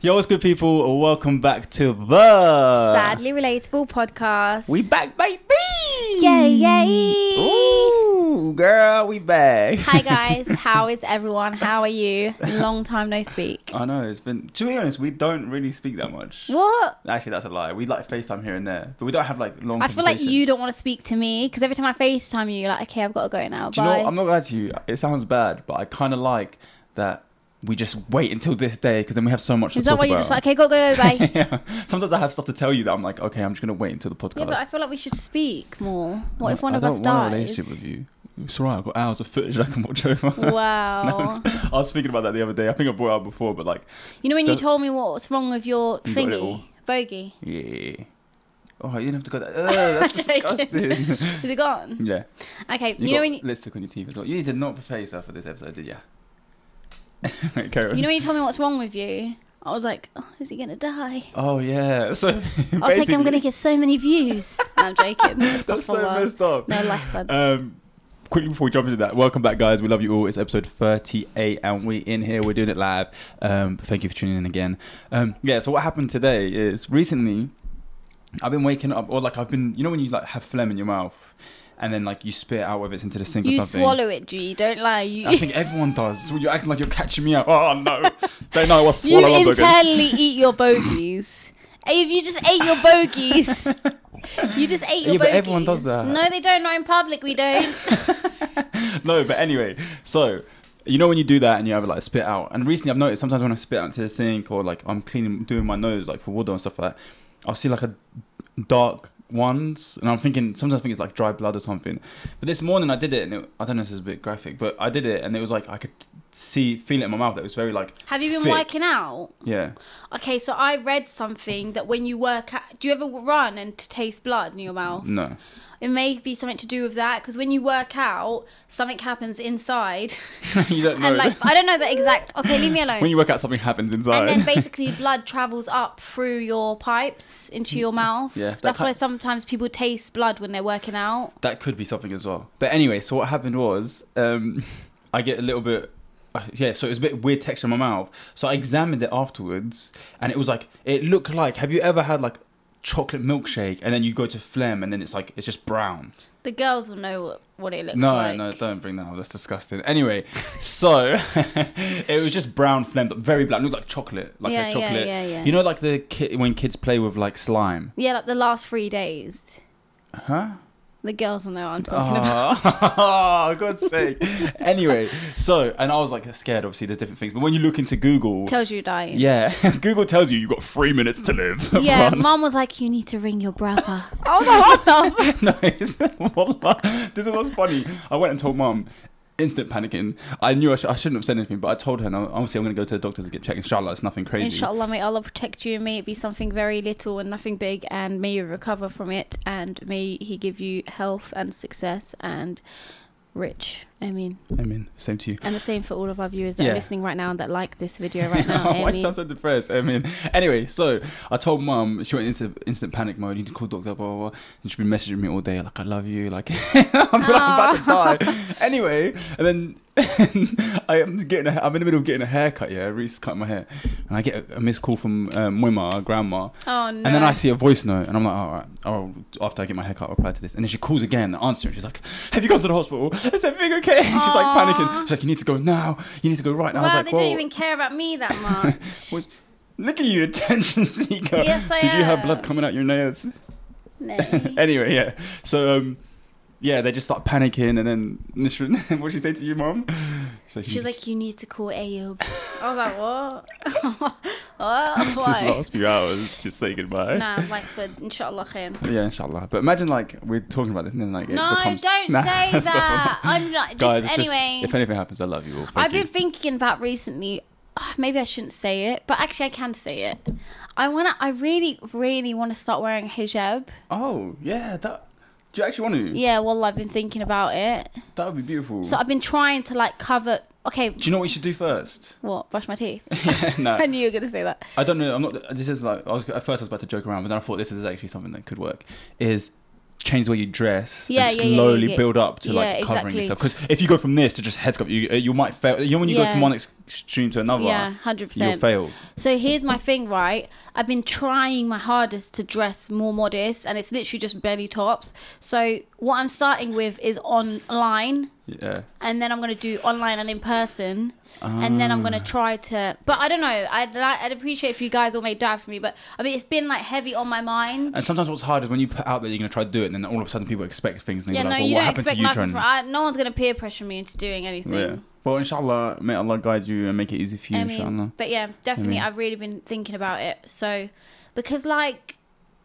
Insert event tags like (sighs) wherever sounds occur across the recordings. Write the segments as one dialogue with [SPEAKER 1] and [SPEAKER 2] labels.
[SPEAKER 1] Yo, what's good, people? Welcome back to the
[SPEAKER 2] Sadly Relatable podcast.
[SPEAKER 1] uh, We back, baby.
[SPEAKER 2] Yay, yay.
[SPEAKER 1] Ooh, girl, we back.
[SPEAKER 2] Hi, guys. How is everyone? How are you? Long time no speak.
[SPEAKER 1] (laughs) I know it's been. To be honest, we don't really speak that much.
[SPEAKER 2] What?
[SPEAKER 1] Actually, that's a lie. We like Facetime here and there, but we don't have like long.
[SPEAKER 2] I feel like you
[SPEAKER 1] conversations.
[SPEAKER 2] don't want to speak to me because every time I FaceTime you, you're like, okay, I've got to go now.
[SPEAKER 1] Do you know?
[SPEAKER 2] Bye.
[SPEAKER 1] What? I'm not gonna lie to you. It sounds bad, but I kind of like that we just wait until this day because then we have so much.
[SPEAKER 2] is
[SPEAKER 1] to
[SPEAKER 2] that
[SPEAKER 1] talk
[SPEAKER 2] why
[SPEAKER 1] about.
[SPEAKER 2] you're just like, okay, go, go, go, bye?
[SPEAKER 1] (laughs) yeah. Sometimes I have stuff to tell you that I'm like, okay, I'm just gonna wait until the podcast.
[SPEAKER 2] yeah, but I feel like we should speak more. What
[SPEAKER 1] I-
[SPEAKER 2] if one
[SPEAKER 1] I
[SPEAKER 2] of
[SPEAKER 1] don't
[SPEAKER 2] us
[SPEAKER 1] want a
[SPEAKER 2] dies?
[SPEAKER 1] relationship with you. It's alright. I've got hours of footage I can watch over. (laughs)
[SPEAKER 2] Wow.
[SPEAKER 1] I was thinking about that the other day. I think I brought it up before, but like,
[SPEAKER 2] you know when you
[SPEAKER 1] Don't-
[SPEAKER 2] told me what's wrong with your
[SPEAKER 1] You got it all.
[SPEAKER 2] thingy? Bogey.
[SPEAKER 1] yeah. Oh, you didn't have to go there. Ugh,
[SPEAKER 2] (laughs)
[SPEAKER 1] that's
[SPEAKER 2] I'm joking.
[SPEAKER 1] disgusting. (laughs)
[SPEAKER 2] Is it gone?
[SPEAKER 1] yeah.
[SPEAKER 2] Okay, you,
[SPEAKER 1] You,
[SPEAKER 2] know
[SPEAKER 1] got
[SPEAKER 2] when you,
[SPEAKER 1] lipstick on your teeth as well. You did not prepare yourself for this episode, (laughs) did you? Right, carry on.
[SPEAKER 2] you know when you told me what's wrong with you? I was like, oh, is he gonna die?
[SPEAKER 1] oh, yeah. (laughs) So, basically,
[SPEAKER 2] I was like, I'm gonna get so many views. No,
[SPEAKER 1] (laughs)
[SPEAKER 2] I'm joking. That's
[SPEAKER 1] That's
[SPEAKER 2] not for
[SPEAKER 1] so
[SPEAKER 2] a while.
[SPEAKER 1] messed up.
[SPEAKER 2] No
[SPEAKER 1] (laughs)
[SPEAKER 2] life. I'd-
[SPEAKER 1] Um, quickly before we jump into that, welcome back, guys. We love you all. It's episode 38, and we in here. We're doing it live. Um, thank you for tuning in again. Um, yeah. So what happened today is recently, I've been waking up, or like I've been, you know, when you like have phlegm in your mouth, and then like you spit it out whether it's into the sink
[SPEAKER 2] you
[SPEAKER 1] or something.
[SPEAKER 2] swallow it, G. Don't lie. You,
[SPEAKER 1] I think everyone does. You're acting like you're catching me out. Oh no,
[SPEAKER 2] (laughs)
[SPEAKER 1] they know I
[SPEAKER 2] you
[SPEAKER 1] swallow hamburgers.
[SPEAKER 2] internally eat your bogeys. Hey, If you just ate your bogeys,
[SPEAKER 1] (laughs)
[SPEAKER 2] you just ate your
[SPEAKER 1] Yeah,
[SPEAKER 2] bogeys.
[SPEAKER 1] but everyone does that.
[SPEAKER 2] No, they don't. Not in public. We don't.
[SPEAKER 1] no, but anyway, so you know when you do that and you have like spit out, and recently I've noticed sometimes when I spit out into the sink or like I'm cleaning, doing my nose like for water and stuff like that, I'll see like a dark ones, and I'm thinking sometimes I think it's like dry blood or something. But this morning I did it, and it, I don't know if this is a bit graphic, but I did it, and it was like I could see feel it in my mouth. It was very like
[SPEAKER 2] Have you been
[SPEAKER 1] Thick.
[SPEAKER 2] working out?
[SPEAKER 1] yeah.
[SPEAKER 2] Okay, so I read something that when you work out, do you ever run and taste blood in your mouth?
[SPEAKER 1] No, (laughs)
[SPEAKER 2] It may be something to do with that because when you work out, something happens inside.
[SPEAKER 1] you don't know.
[SPEAKER 2] (laughs) And like, I don't know the exact. Okay, leave me
[SPEAKER 1] (laughs)
[SPEAKER 2] alone.
[SPEAKER 1] when you work out, something happens inside.
[SPEAKER 2] and then basically blood travels up through your pipes into your mouth.
[SPEAKER 1] Yeah, that
[SPEAKER 2] That's
[SPEAKER 1] ki-
[SPEAKER 2] why sometimes people taste blood when they're working out.
[SPEAKER 1] That could be something as well. But anyway, so what happened was, um, (laughs) I get a little bit, uh, yeah. So it was a bit weird texture in my mouth. So I examined it afterwards, and it was like it looked like. Have you ever had like chocolate milkshake, and then you go to phlegm, and then it's like it's just brown.
[SPEAKER 2] The girls will know what, what it looks
[SPEAKER 1] No,
[SPEAKER 2] like.
[SPEAKER 1] no, don't bring that up. That's disgusting.
[SPEAKER 2] (laughs)
[SPEAKER 1] Anyway, so (laughs) it was just brown phlegm, but very black. It looked like chocolate, like
[SPEAKER 2] Yeah,
[SPEAKER 1] a
[SPEAKER 2] yeah,
[SPEAKER 1] chocolate.
[SPEAKER 2] yeah, yeah.
[SPEAKER 1] You know, like the ki- when kids play with like slime,
[SPEAKER 2] Yeah, like the last three days.
[SPEAKER 1] huh?
[SPEAKER 2] The girls will know what I'm talking about. (laughs)
[SPEAKER 1] Oh, (laughs) God's sake. Anyway, so, and I was like scared, obviously, there's different things. But when you look into Google,
[SPEAKER 2] Tells you dying.
[SPEAKER 1] yeah, (laughs) Google tells you you've got three minutes to live. (laughs)
[SPEAKER 2] Yeah,
[SPEAKER 1] Run.
[SPEAKER 2] mum was like, "You need to ring
[SPEAKER 1] (laughs)
[SPEAKER 2] your brother." oh no, no.
[SPEAKER 1] no, it's, wallah, this is what's funny. I went and told mum, instant panicking. I knew I, sh- I shouldn't have said anything, but I told her, and I- obviously, I'm going to go to the doctors to get checked. Inshallah, it's nothing (laughs) crazy.
[SPEAKER 2] Inshallah, may Allah protect you. May it be something very little and nothing big, and may you recover from it, and may He give you health and success and rich. I mean,
[SPEAKER 1] I mean, same to you.
[SPEAKER 2] And the same for all of our viewers that
[SPEAKER 1] Yeah.
[SPEAKER 2] are listening right now and that like this video right
[SPEAKER 1] (laughs)
[SPEAKER 2] now.
[SPEAKER 1] Why do you
[SPEAKER 2] Amy.
[SPEAKER 1] sound so depressed? I mean, anyway, so I told mum she went into instant panic mode. You need to call doctor, blah blah. blah. And she's been messaging me all day, like I love you, like (laughs) I'm, like, I'm about to die. Anyway, and then (laughs) I am getting, a, I'm in the middle of getting a haircut. Yeah, Reese cut my hair, and I get a, a missed call from um, Wima, our grandma,
[SPEAKER 2] oh no.
[SPEAKER 1] and then I see a voice note, and I'm like, all right, I'll, after I get my haircut, I'll reply to this. And then she calls again, and answers, and she's like, Have you gone to the hospital? (laughs) Is everything okay? she's like panicking.
[SPEAKER 2] Aw.
[SPEAKER 1] She's like, You need to go now. You need to go right now. I
[SPEAKER 2] wow,
[SPEAKER 1] was like,
[SPEAKER 2] they
[SPEAKER 1] Whoa.
[SPEAKER 2] don't even care about me
[SPEAKER 1] (laughs)
[SPEAKER 2] that much.
[SPEAKER 1] Well, Look at you, (laughs) attention seeker.
[SPEAKER 2] Yes, I
[SPEAKER 1] Did you have
[SPEAKER 2] am.
[SPEAKER 1] blood coming out your nails?
[SPEAKER 2] Nay.
[SPEAKER 1] (laughs) anyway, yeah. So, um, yeah, they just start panicking, and then Nisrin, (laughs) what she say to you, mom? (laughs)
[SPEAKER 2] She was like, "You need to call Ayub." I was like, "What? (laughs) what?
[SPEAKER 1] "This
[SPEAKER 2] Why?"
[SPEAKER 1] last few hours, just say goodbye."
[SPEAKER 2] Nah, I'm like for inshallah khair.
[SPEAKER 1] Yeah, inshallah. But imagine like we're talking about this, and then like it
[SPEAKER 2] No,
[SPEAKER 1] becomes- (laughs)
[SPEAKER 2] don't
[SPEAKER 1] Nah,
[SPEAKER 2] say
[SPEAKER 1] stop. (laughs)
[SPEAKER 2] that. I'm not. Just
[SPEAKER 1] Guys, it's
[SPEAKER 2] anyway.
[SPEAKER 1] if anything happens, I love you all. Thank
[SPEAKER 2] I've
[SPEAKER 1] you.
[SPEAKER 2] been thinking about recently. ah, Maybe I shouldn't say it, but actually I can say it. I wanna. I really, really want to start wearing hijab.
[SPEAKER 1] Oh yeah, that. Do you actually want to?
[SPEAKER 2] Yeah, well, I've been thinking about it.
[SPEAKER 1] That would be beautiful.
[SPEAKER 2] So I've been trying to like cover. Okay,
[SPEAKER 1] do you know what you should do
[SPEAKER 2] (laughs)
[SPEAKER 1] first? (laughs)
[SPEAKER 2] what? Brush my teeth.
[SPEAKER 1] Uh, no,
[SPEAKER 2] I knew you were gonna say that.
[SPEAKER 1] I don't know. I'm not. This is like I was at first I was about to joke around, but then I thought this is actually something that could work. Is change the way you dress
[SPEAKER 2] Yeah,
[SPEAKER 1] and
[SPEAKER 2] yeah, yeah, yeah,
[SPEAKER 1] slowly
[SPEAKER 2] yeah.
[SPEAKER 1] build up to
[SPEAKER 2] Yeah,
[SPEAKER 1] like covering
[SPEAKER 2] exactly.
[SPEAKER 1] yourself because if you go from this to just head sculpt you you might fail you know when you go
[SPEAKER 2] Yeah.
[SPEAKER 1] from one extreme to another
[SPEAKER 2] yeah, hundred
[SPEAKER 1] you'll
[SPEAKER 2] percent.
[SPEAKER 1] fail
[SPEAKER 2] So here's my thing, right? I've been trying my hardest to dress more modest, and it's literally just belly tops. So what I'm starting with is online,
[SPEAKER 1] yeah
[SPEAKER 2] and then I'm gonna do online and in person, and then I'm
[SPEAKER 1] Ah.
[SPEAKER 2] gonna try to. But I don't know. I'd like, I'd appreciate if you guys all may die for me, but I mean, it's been like heavy on my mind.
[SPEAKER 1] and sometimes what's hard is when you put out that you're going to try to do it and then all of a sudden people expect things and
[SPEAKER 2] yeah,
[SPEAKER 1] they're
[SPEAKER 2] no,
[SPEAKER 1] like well,
[SPEAKER 2] you
[SPEAKER 1] what
[SPEAKER 2] don't
[SPEAKER 1] happened to
[SPEAKER 2] expect
[SPEAKER 1] you
[SPEAKER 2] nothing
[SPEAKER 1] trying
[SPEAKER 2] from. I, no one's gonna peer pressure me into doing anything.
[SPEAKER 1] yeah but inshallah may Allah guide you and make it easy for you
[SPEAKER 2] I
[SPEAKER 1] inshallah
[SPEAKER 2] mean, but yeah, definitely.
[SPEAKER 1] mean-
[SPEAKER 2] I've really been thinking about it. So, because like,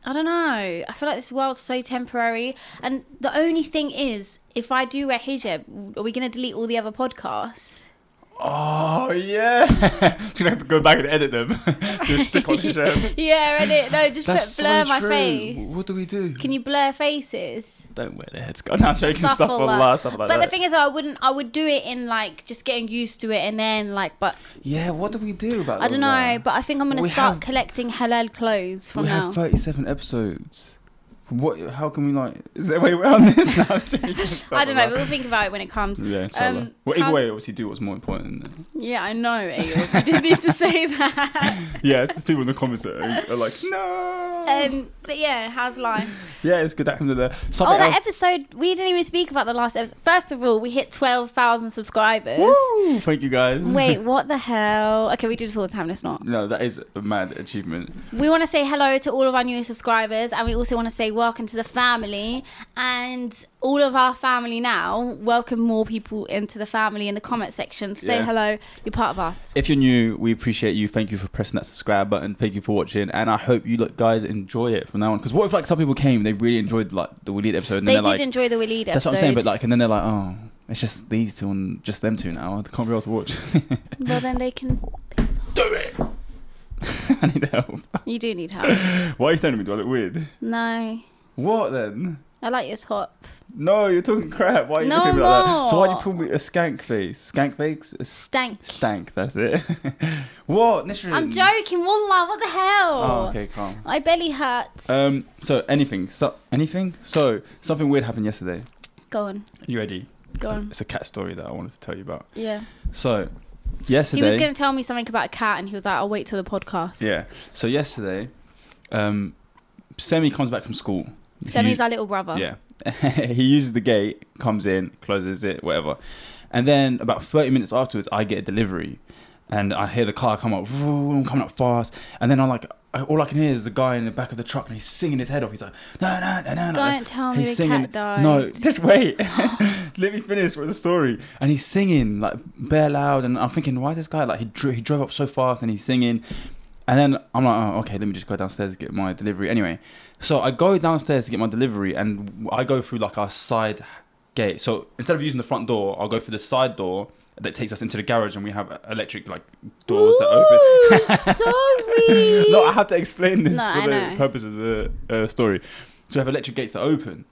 [SPEAKER 2] I don't know. I feel like this world's so temporary, and the only thing is, if I do wear hijab, are we gonna delete all the other podcasts?
[SPEAKER 1] oh yeah (laughs) you're going to have to go back and edit them (laughs) just stick on your
[SPEAKER 2] (laughs)
[SPEAKER 1] shirt
[SPEAKER 2] (laughs) Yeah, edit. No, just
[SPEAKER 1] that's
[SPEAKER 2] put blur
[SPEAKER 1] so
[SPEAKER 2] my
[SPEAKER 1] true
[SPEAKER 2] face.
[SPEAKER 1] what do we do
[SPEAKER 2] Can you blur faces?
[SPEAKER 1] don't wear the headscarf no I'm joking
[SPEAKER 2] Stuff
[SPEAKER 1] stuff,
[SPEAKER 2] all
[SPEAKER 1] on
[SPEAKER 2] that.
[SPEAKER 1] last stuff like
[SPEAKER 2] but
[SPEAKER 1] that
[SPEAKER 2] the thing is, I wouldn't. I would do it in like just getting used to it, and then like, but
[SPEAKER 1] yeah what do we do about
[SPEAKER 2] I don't
[SPEAKER 1] all
[SPEAKER 2] know.
[SPEAKER 1] that?
[SPEAKER 2] But I think I'm gonna
[SPEAKER 1] We
[SPEAKER 2] start
[SPEAKER 1] have-
[SPEAKER 2] collecting halal clothes from
[SPEAKER 1] we
[SPEAKER 2] now.
[SPEAKER 1] have 37 episodes. What? How can we like? Is there a way around this (laughs) now?
[SPEAKER 2] (laughs) I don't know. But we'll think about it when it comes.
[SPEAKER 1] Yeah, inshallah.
[SPEAKER 2] Um,
[SPEAKER 1] well, either
[SPEAKER 2] how's-
[SPEAKER 1] way, obviously, do what's more
[SPEAKER 2] (laughs)
[SPEAKER 1] important.
[SPEAKER 2] Yeah, I know, Ayo. You didn't need to say that. (laughs)
[SPEAKER 1] yeah, it's just people in the comments that are, are like, no.
[SPEAKER 2] Um, but yeah, how's life?
[SPEAKER 1] yeah, it's good. Alhamdulillah.
[SPEAKER 2] Oh,
[SPEAKER 1] Something
[SPEAKER 2] that
[SPEAKER 1] else.
[SPEAKER 2] episode, we didn't even speak about the last episode. First of all, we hit 12,000 subscribers.
[SPEAKER 1] Woo! Thank you guys.
[SPEAKER 2] Wait, what the hell? Okay, we do this all the time, let's
[SPEAKER 1] (laughs)
[SPEAKER 2] not.
[SPEAKER 1] No, that is a mad achievement.
[SPEAKER 2] We want to say hello to all of our new subscribers, and we also want to say welcome to the family. And all of our family now, welcome more people into the family in the comment section. Say
[SPEAKER 1] Yeah.
[SPEAKER 2] hello, you're part of us.
[SPEAKER 1] If you're new, we appreciate you. Thank you for pressing that subscribe button. Thank you for watching, and I hope you look, guys enjoy it from now on. Because what if like some people came, they really enjoyed like the We Need episode, and
[SPEAKER 2] They
[SPEAKER 1] then
[SPEAKER 2] did
[SPEAKER 1] they're like,
[SPEAKER 2] enjoy the We Lead
[SPEAKER 1] That's
[SPEAKER 2] episode.
[SPEAKER 1] what I'm saying, but like, and then they're like, oh, it's just these two and just them two now. I can't be able to watch. (laughs)
[SPEAKER 2] well, then they can.
[SPEAKER 1] I need help.
[SPEAKER 2] You do
[SPEAKER 1] (laughs)
[SPEAKER 2] need help.
[SPEAKER 1] Why are you staring at me? Do I look weird?
[SPEAKER 2] No.
[SPEAKER 1] What then?
[SPEAKER 2] I like your top.
[SPEAKER 1] No, you're talking crap. Why are you
[SPEAKER 2] No,
[SPEAKER 1] looking at me like that? So why do you
[SPEAKER 2] no.
[SPEAKER 1] call me a skank face? Skank face? A s-
[SPEAKER 2] Stank.
[SPEAKER 1] stank, that's it. (laughs) what? Nisrin?
[SPEAKER 2] I'm joking, wallah, what the hell?
[SPEAKER 1] Oh, okay, calm.
[SPEAKER 2] My belly hurts.
[SPEAKER 1] Um, so anything, so anything. So something weird happened yesterday.
[SPEAKER 2] go on,
[SPEAKER 1] You ready?
[SPEAKER 2] go on.
[SPEAKER 1] It's a cat story that I wanted to tell you about.
[SPEAKER 2] Yeah.
[SPEAKER 1] So
[SPEAKER 2] He was
[SPEAKER 1] yesterday,
[SPEAKER 2] going to tell me something about a cat and he was like, I'll wait till the podcast.
[SPEAKER 1] Yeah. So yesterday, um, Semi comes back from school.
[SPEAKER 2] Semi's our little brother.
[SPEAKER 1] yeah. (laughs) he uses the gate, comes in, closes it, whatever. And then about 30 minutes afterwards, I get a delivery, and I hear the car come up, vroom, coming up fast. And then I'm like, I- all I can hear is the guy in the back of the truck, and he's singing his head off. He's like, no, no, no, no, no.
[SPEAKER 2] Don't tell me
[SPEAKER 1] He's
[SPEAKER 2] the
[SPEAKER 1] singing-
[SPEAKER 2] cat died.
[SPEAKER 1] No, (laughs) just wait. Let me finish with the story. And he's singing like bare loud, and I'm thinking, why is this guy like he dro- he drove up so fast and he's singing? And then I'm like, oh, okay, let me just go downstairs to get my delivery. Anyway, so I go downstairs to get my delivery, and I go through like our side gate. So instead of using the front door, I'll go through the side door that takes us into the garage, and we have electric like doors that open. (laughs)
[SPEAKER 2] Ooh, sorry.
[SPEAKER 1] No, I have to explain this
[SPEAKER 2] No,
[SPEAKER 1] for
[SPEAKER 2] I
[SPEAKER 1] the
[SPEAKER 2] know.
[SPEAKER 1] purpose of the uh, story. So we have electric gates that open.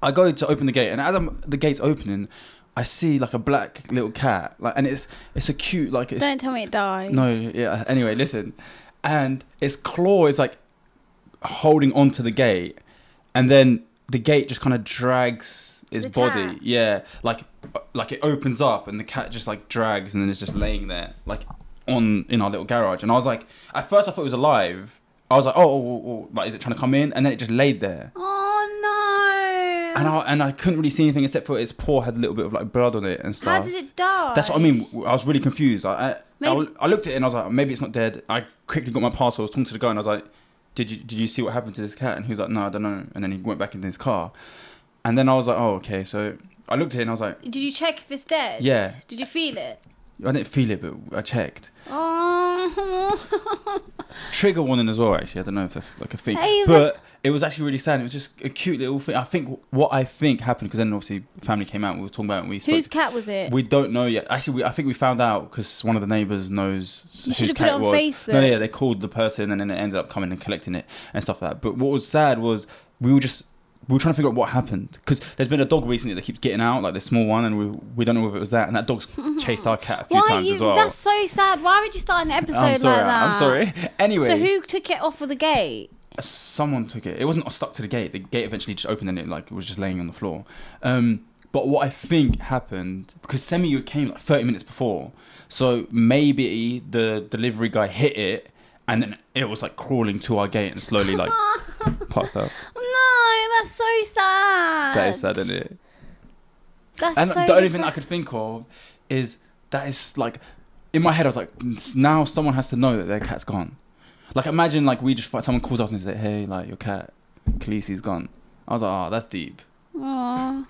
[SPEAKER 1] I go to open the gate, and as I'm the gate's opening, I see like a black little cat, like, and it's it's a cute like it's
[SPEAKER 2] Don't tell me it died.
[SPEAKER 1] no yeah. Anyway, listen, and its claw is like holding onto the gate, and then the gate just kind of drags its
[SPEAKER 2] The
[SPEAKER 1] body,
[SPEAKER 2] cat.
[SPEAKER 1] yeah, like like it opens up, and the cat just like drags, and then it's just laying there like on in our little garage, and I was like, at first I thought it was alive. I was like, oh, oh, oh, oh, like is it trying to come in? And then it just laid there,
[SPEAKER 2] Oh, no.
[SPEAKER 1] and I and I couldn't really see anything except for its paw had a little bit of like blood on it and
[SPEAKER 2] How
[SPEAKER 1] stuff.
[SPEAKER 2] did it die?
[SPEAKER 1] That's what I mean. I was really confused. I, I,
[SPEAKER 2] Maybe-
[SPEAKER 1] I, I looked at it and I was like, maybe it's not dead. I quickly got my parcel. I was talking to the guy and I was like, did you did you see what happened to this cat? And he was like, no, I don't know. And then he went back into his car. And then I was like, oh, okay. So I looked at it and I was like,
[SPEAKER 2] Did you check if it's dead?
[SPEAKER 1] Yeah.
[SPEAKER 2] Did you feel it?
[SPEAKER 1] I didn't feel it, but I checked.
[SPEAKER 2] Oh. (laughs)
[SPEAKER 1] Trigger warning as well, actually. I don't know if that's like a thing,
[SPEAKER 2] Hey, that's-
[SPEAKER 1] but it was actually really sad. It was just a cute little thing. I think what I think happened because then obviously family came out. We were talking about it. And we spoke.
[SPEAKER 2] Whose cat was it?
[SPEAKER 1] we don't know yet. Actually, we, I think we found out because one of the neighbors knows s-
[SPEAKER 2] You
[SPEAKER 1] whose
[SPEAKER 2] should've put
[SPEAKER 1] cat
[SPEAKER 2] it on
[SPEAKER 1] was.
[SPEAKER 2] Facebook.
[SPEAKER 1] No, yeah, they called the person and then it ended up coming and collecting it and stuff like that. But what was sad was we were just we were trying to figure out what happened because there's been a dog recently that keeps getting out, like this small one, and we we don't know if it was that. And that
[SPEAKER 2] (laughs)
[SPEAKER 1] dog's chased our cat a few
[SPEAKER 2] Why
[SPEAKER 1] times
[SPEAKER 2] you?
[SPEAKER 1] as well.
[SPEAKER 2] That's so sad. Why would you start an episode
[SPEAKER 1] I'm sorry. (laughs)
[SPEAKER 2] like that?
[SPEAKER 1] I'm sorry. Anyway,
[SPEAKER 2] So who took it off of the gate?
[SPEAKER 1] someone took it. It wasn't stuck to the gate. The gate eventually just opened and it like was just laying on the floor. Um, but what I think happened because Semi came like 30 minutes before, so maybe the delivery guy hit it and then it was like crawling to our gate and slowly
[SPEAKER 2] (laughs)
[SPEAKER 1] like passed out.
[SPEAKER 2] no, that's so sad.
[SPEAKER 1] That is sad, isn't it?
[SPEAKER 2] That's
[SPEAKER 1] And
[SPEAKER 2] so
[SPEAKER 1] the only thing I
[SPEAKER 2] depressing.
[SPEAKER 1] could think of is that is like in my head I was like "S- now someone has to know that their cat's gone. Like imagine like we just fight, someone calls up and says hey like your cat Khaleesi's gone. I was like oh that's deep.
[SPEAKER 2] Aw,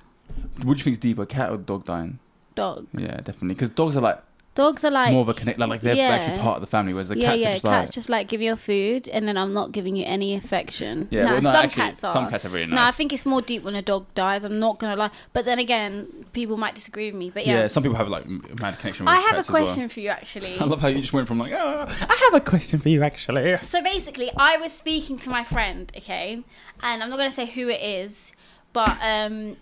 [SPEAKER 1] What do you think is deeper, cat or dog dying?
[SPEAKER 2] dog.
[SPEAKER 1] Yeah, definitely because dogs are like,
[SPEAKER 2] Dogs are like
[SPEAKER 1] more of a connect like, like they're
[SPEAKER 2] yeah.
[SPEAKER 1] actually part of the family whereas the
[SPEAKER 2] yeah,
[SPEAKER 1] cats
[SPEAKER 2] yeah.
[SPEAKER 1] are just
[SPEAKER 2] cats
[SPEAKER 1] like
[SPEAKER 2] just like give you your food, and then I'm not giving you any affection.
[SPEAKER 1] yeah
[SPEAKER 2] Nah,
[SPEAKER 1] well, no,
[SPEAKER 2] some
[SPEAKER 1] actually,
[SPEAKER 2] cats are.
[SPEAKER 1] some cats are really nice.
[SPEAKER 2] No, I think it's more deep when a dog dies. I'm not gonna lie, but then again, people might disagree with me. But
[SPEAKER 1] yeah.
[SPEAKER 2] yeah,
[SPEAKER 1] some people have like m- mad connection. with
[SPEAKER 2] I have a
[SPEAKER 1] cats as well.
[SPEAKER 2] question for
[SPEAKER 1] (laughs)
[SPEAKER 2] you actually.
[SPEAKER 1] I love how you just went from like ah, I have a question for you actually. (laughs)
[SPEAKER 2] So basically, I was speaking to my friend, okay, and I'm not going to say who it is, but um,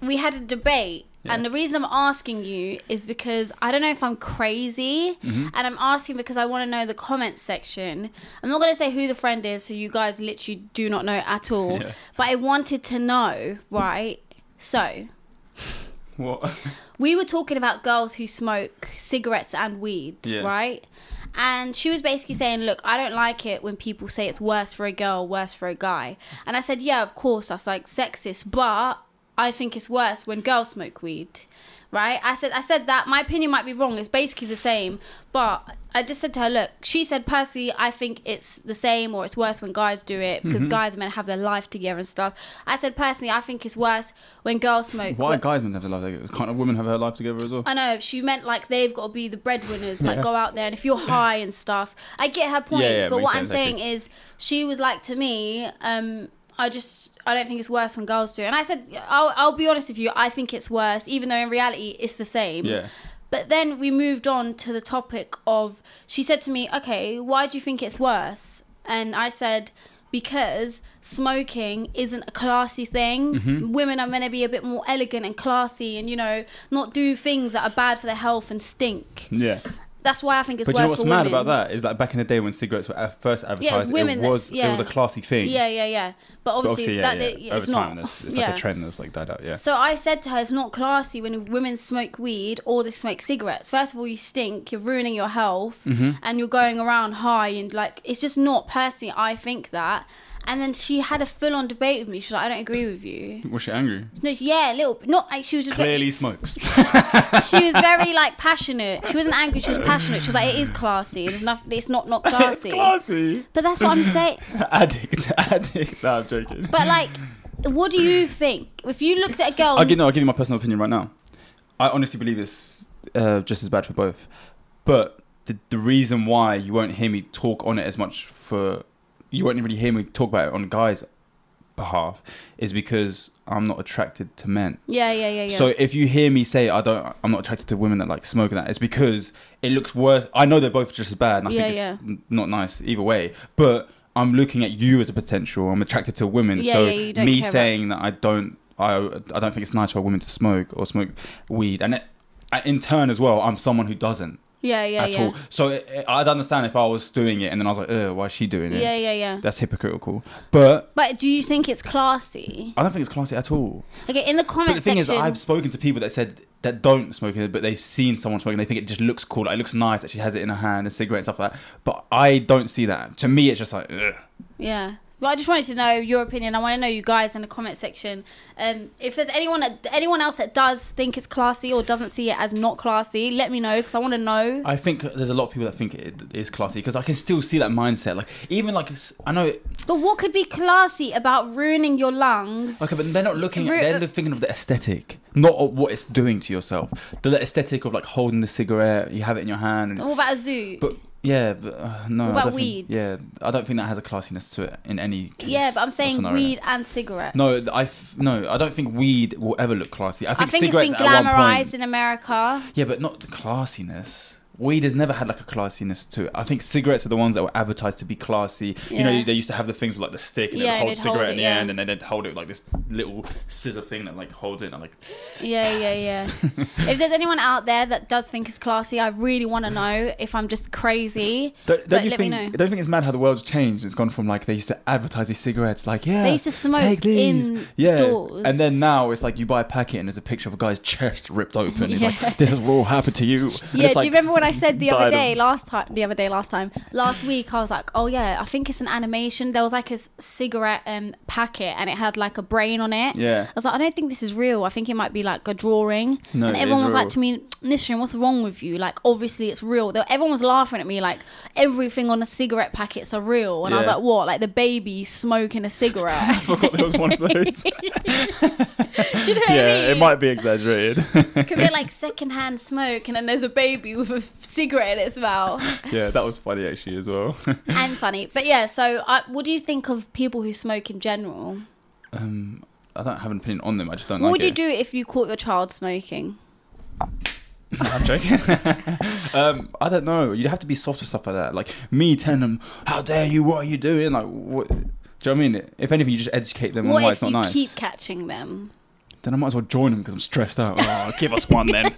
[SPEAKER 2] we had a debate. And
[SPEAKER 1] Yeah.
[SPEAKER 2] the reason I'm asking you is because I don't know if I'm crazy,
[SPEAKER 1] Mm-hmm.
[SPEAKER 2] and I'm asking because I want to know the comments section. I'm not going to say who the friend is, so you guys literally do not know at
[SPEAKER 1] (laughs)
[SPEAKER 2] all,
[SPEAKER 1] Yeah.
[SPEAKER 2] but I wanted to know, right? So, (laughs)
[SPEAKER 1] What?
[SPEAKER 2] we were talking about girls who smoke cigarettes and weed,
[SPEAKER 1] Yeah.
[SPEAKER 2] right? And she was basically saying, Look, I don't like it when people say it's worse for a girl, worse for a guy. And I said, Yeah, of course, that's like sexist, but I think it's worse when girls smoke weed. Right? I said I said that my opinion might be wrong, it's basically the same. But I just said to her, Look, she said personally I think it's the same or it's worse when guys do it
[SPEAKER 1] Mm-hmm.
[SPEAKER 2] because guys are meant to have their life together and stuff. I said personally I think it's worse when girls smoke
[SPEAKER 1] Why
[SPEAKER 2] when-
[SPEAKER 1] do guys meant to have their life together? Can't a woman have her life together as well?
[SPEAKER 2] I know she meant like they've got to be the breadwinners, like go out there and if you're high and stuff. I get her point,
[SPEAKER 1] Yeah, yeah,
[SPEAKER 2] but
[SPEAKER 1] makes
[SPEAKER 2] what
[SPEAKER 1] sense,
[SPEAKER 2] I'm saying is she was like to me, um, I just I don't think it's worse when girls do. it. And I said I'll I'll be honest with you, I think it's worse, even though in reality it's the same.
[SPEAKER 1] yeah.
[SPEAKER 2] But then we moved on to the topic of she said to me, "Okay, why do you think it's worse?" And I said, "Because smoking isn't a classy thing.
[SPEAKER 1] Mm-hmm.
[SPEAKER 2] Women are meant to be a bit more elegant and classy and you know, not do things that are bad for their health and stink.
[SPEAKER 1] Yeah.
[SPEAKER 2] That's why I think it's
[SPEAKER 1] But
[SPEAKER 2] worse
[SPEAKER 1] you know what's
[SPEAKER 2] for
[SPEAKER 1] mad
[SPEAKER 2] women."
[SPEAKER 1] about that is that back in the day when cigarettes were at first advertised,
[SPEAKER 2] women
[SPEAKER 1] it
[SPEAKER 2] that's-
[SPEAKER 1] was
[SPEAKER 2] yeah.
[SPEAKER 1] it was a classy thing.
[SPEAKER 2] Yeah, yeah, yeah. But
[SPEAKER 1] But
[SPEAKER 2] obviously,
[SPEAKER 1] obviously, yeah,
[SPEAKER 2] that
[SPEAKER 1] yeah.
[SPEAKER 2] it-
[SPEAKER 1] over
[SPEAKER 2] it's
[SPEAKER 1] time,
[SPEAKER 2] not.
[SPEAKER 1] that's- it's
[SPEAKER 2] yeah.
[SPEAKER 1] like a trend that's like died out. Yeah.
[SPEAKER 2] So I said to her, it's not classy when women smoke weed or they smoke cigarettes. First of all, you stink, you're ruining your health,
[SPEAKER 1] Mm-hmm.
[SPEAKER 2] and you're going around high, and like, it's just not personally, I think that. And then she had a full on debate with me. She's like, I don't agree with you.
[SPEAKER 1] Was she angry?
[SPEAKER 2] No, she- yeah, a little bit. Not like she was just
[SPEAKER 1] Clearly smokes.
[SPEAKER 2] she was very like passionate. She wasn't angry, she was passionate. She was like, it is classy. There's nothing, it's
[SPEAKER 1] (laughs)
[SPEAKER 2] not not classy.
[SPEAKER 1] classy. (laughs)
[SPEAKER 2] But that's what I'm saying.
[SPEAKER 1] addict. (laughs) Addict. No, I'm joking.
[SPEAKER 2] But like, what do you think? If you looked at a girl,
[SPEAKER 1] I'll give, no, I'll give you my personal opinion right now. I honestly believe it's uh, just as bad for both. But the, the reason why you won't hear me talk on it as much for you won't really hear me talk about it on guys' behalf is because I'm not attracted to men.
[SPEAKER 2] yeah, yeah, yeah, yeah.
[SPEAKER 1] So if you hear me say I don't, I'm not attracted to women that like smoke and that, it's because it looks worse. I know they're both just as bad, and I
[SPEAKER 2] Yeah,
[SPEAKER 1] think it's
[SPEAKER 2] yeah.
[SPEAKER 1] n- not nice either way. But I'm looking at you as a potential. I'm attracted to women,
[SPEAKER 2] Yeah,
[SPEAKER 1] so
[SPEAKER 2] yeah, you don't
[SPEAKER 1] me
[SPEAKER 2] care about-
[SPEAKER 1] saying that I don't, I, I don't think it's nice for a woman to smoke or smoke weed, and it, in turn as well, I'm someone who doesn't
[SPEAKER 2] yeah, yeah,
[SPEAKER 1] at
[SPEAKER 2] yeah.
[SPEAKER 1] all. So it, it- I'd understand if I was doing it, and then I was like, Ugh, why is she doing it?
[SPEAKER 2] Yeah, yeah, yeah.
[SPEAKER 1] That's hypocritical. But
[SPEAKER 2] But do you think it's classy?
[SPEAKER 1] I don't think it's classy at all.
[SPEAKER 2] Okay, in the comment
[SPEAKER 1] But the thing is,
[SPEAKER 2] section.
[SPEAKER 1] I've spoken to people that said that don't smoke it, but they've seen someone smoking. They think it just looks cool. Like, it looks nice that she has it in her hand, a cigarette and stuff like that. But I don't see that. To me, it's just like, ugh.
[SPEAKER 2] yeah. But I just wanted to know your opinion. I want to know you guys in the comment section. Um, if there's anyone that, anyone else that does think it's classy or doesn't see it as not classy, let me know because I want to know.
[SPEAKER 1] I think there's a lot of people that think it is classy because I can still see that mindset. Like even like s- I know.
[SPEAKER 2] But what could be classy about ruining your lungs?
[SPEAKER 1] Okay, but they're not looking.
[SPEAKER 2] Ru- uh,
[SPEAKER 1] They're thinking of the aesthetic, not of what it's doing to yourself. The aesthetic of like holding the cigarette, you have it in your hand. And,
[SPEAKER 2] What about a zoo?
[SPEAKER 1] but yeah, but, uh, no. I
[SPEAKER 2] What about
[SPEAKER 1] don't think-
[SPEAKER 2] weed?
[SPEAKER 1] yeah, I don't think that has a classiness to it in any case.
[SPEAKER 2] yeah, but I'm
[SPEAKER 1] or
[SPEAKER 2] saying
[SPEAKER 1] scenario.
[SPEAKER 2] weed and cigarettes.
[SPEAKER 1] No, th- I f- no, I don't think weed will ever look classy. I
[SPEAKER 2] I
[SPEAKER 1] think,
[SPEAKER 2] think it's
[SPEAKER 1] cigarettes
[SPEAKER 2] been
[SPEAKER 1] at one
[SPEAKER 2] glamorized
[SPEAKER 1] point.
[SPEAKER 2] in America.
[SPEAKER 1] Yeah, but not the classiness. weed has never had like a classiness to it. I think cigarettes are the ones that were advertised to be classy. You know,
[SPEAKER 2] Yeah.
[SPEAKER 1] they used to have the things with, like the stick and
[SPEAKER 2] Yeah,
[SPEAKER 1] they'd
[SPEAKER 2] and
[SPEAKER 1] hold
[SPEAKER 2] they'd
[SPEAKER 1] cigarette
[SPEAKER 2] hold
[SPEAKER 1] in
[SPEAKER 2] it,
[SPEAKER 1] the
[SPEAKER 2] yeah.
[SPEAKER 1] end and then they'd hold it with like this little scissor thing that like holds it and like
[SPEAKER 2] Yeah, yeah,
[SPEAKER 1] (laughs)
[SPEAKER 2] yeah. if there's anyone out there that does think it's classy, I really want to know if I'm just crazy.
[SPEAKER 1] Don't, don't
[SPEAKER 2] But
[SPEAKER 1] you
[SPEAKER 2] let
[SPEAKER 1] think?
[SPEAKER 2] me know.
[SPEAKER 1] Don't you think it's mad how the world's changed? It's gone from like they used to advertise these cigarettes, like yeah,
[SPEAKER 2] They used to smoke
[SPEAKER 1] take these, yeah,
[SPEAKER 2] indoors.
[SPEAKER 1] and then now it's like you buy a packet and there's a picture of a guy's chest ripped open. It's
[SPEAKER 2] Yeah.
[SPEAKER 1] like this is what will happen to you. And
[SPEAKER 2] Yeah,
[SPEAKER 1] it's
[SPEAKER 2] do
[SPEAKER 1] like,
[SPEAKER 2] you remember when I said the
[SPEAKER 1] died
[SPEAKER 2] other
[SPEAKER 1] of-
[SPEAKER 2] day, last time, the other day, last time, last week, I was like, oh yeah, I think it's an animation. There was like a s- cigarette um, packet and it had like a brain on it.
[SPEAKER 1] (laughs)
[SPEAKER 2] (laughs)
[SPEAKER 1] Yeah.
[SPEAKER 2] I was like, I don't think this is real. I think it might be like a drawing.
[SPEAKER 1] No,
[SPEAKER 2] and
[SPEAKER 1] it is
[SPEAKER 2] everyone was
[SPEAKER 1] real.
[SPEAKER 2] like to me, Nisrin, what's wrong with you? Like, obviously it's real. Though Everyone was laughing at me like, everything on the cigarette packets are real. And I was
[SPEAKER 1] Yeah.
[SPEAKER 2] like, what? Like the baby smoking a cigarette.
[SPEAKER 1] (laughs) I forgot there was one of those.
[SPEAKER 2] (laughs) Do you know what I mean?
[SPEAKER 1] (laughs) yeah,
[SPEAKER 2] (laughs)
[SPEAKER 1] it might be exaggerated. (laughs)
[SPEAKER 2] Because they're like secondhand smoke, and then there's a baby with a cigarette in its mouth.
[SPEAKER 1] yeah, that was funny actually as well. (laughs)
[SPEAKER 2] and funny. But yeah, so I, what do you think of people who smoke in general?
[SPEAKER 1] um, I don't have an opinion on them. I just don't
[SPEAKER 2] What
[SPEAKER 1] like
[SPEAKER 2] would
[SPEAKER 1] it.
[SPEAKER 2] you do if you caught your child smoking?
[SPEAKER 1] I'm joking. (laughs) um, I don't know. You'd have to be soft with stuff like that. Like me telling them, "How dare you? What are you doing?" Like, what? do you know what I mean? If anything, you just educate them on
[SPEAKER 2] what
[SPEAKER 1] why
[SPEAKER 2] if
[SPEAKER 1] it's not
[SPEAKER 2] you
[SPEAKER 1] nice.
[SPEAKER 2] keep catching them?
[SPEAKER 1] Then I might as well join them because I'm stressed out. (laughs) Oh, give us one then.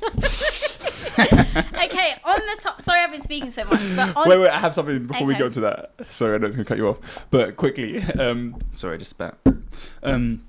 [SPEAKER 2] Okay, on the top. Sorry, I've been speaking so much, but (laughs) on
[SPEAKER 1] wait, wait. I have something before we
[SPEAKER 2] Okay.
[SPEAKER 1] go to that. Sorry, I know it's gonna cut you off, but quickly. (laughs) Um, sorry, I just spat. Um,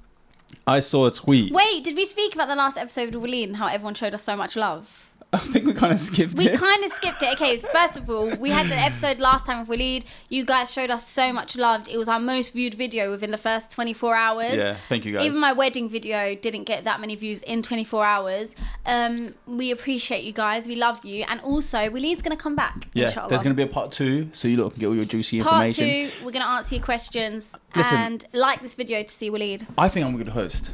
[SPEAKER 1] I saw a tweet.
[SPEAKER 2] Wait, did we speak about the last episode of Willie and how everyone showed us so much love?
[SPEAKER 1] (laughs) I think we kind of skipped (laughs)
[SPEAKER 2] We
[SPEAKER 1] it.
[SPEAKER 2] kind of skipped it. Okay, first of all, we had the episode last time with Waleed. You guys showed us so much love. It was our most viewed video within the first 24 hours.
[SPEAKER 1] Yeah, thank you guys.
[SPEAKER 2] Even my wedding video didn't get that many views in 24 hours. Um, we appreciate you guys. We love you. And also, Waleed's going to come back,
[SPEAKER 1] yeah,
[SPEAKER 2] inshallah.
[SPEAKER 1] there's gonna be a part two, so you lot can get all your juicy
[SPEAKER 2] Part
[SPEAKER 1] information.
[SPEAKER 2] two, we're going to answer your questions.
[SPEAKER 1] Listen.
[SPEAKER 2] and like this video to see Waleed.
[SPEAKER 1] I think I'm a good host.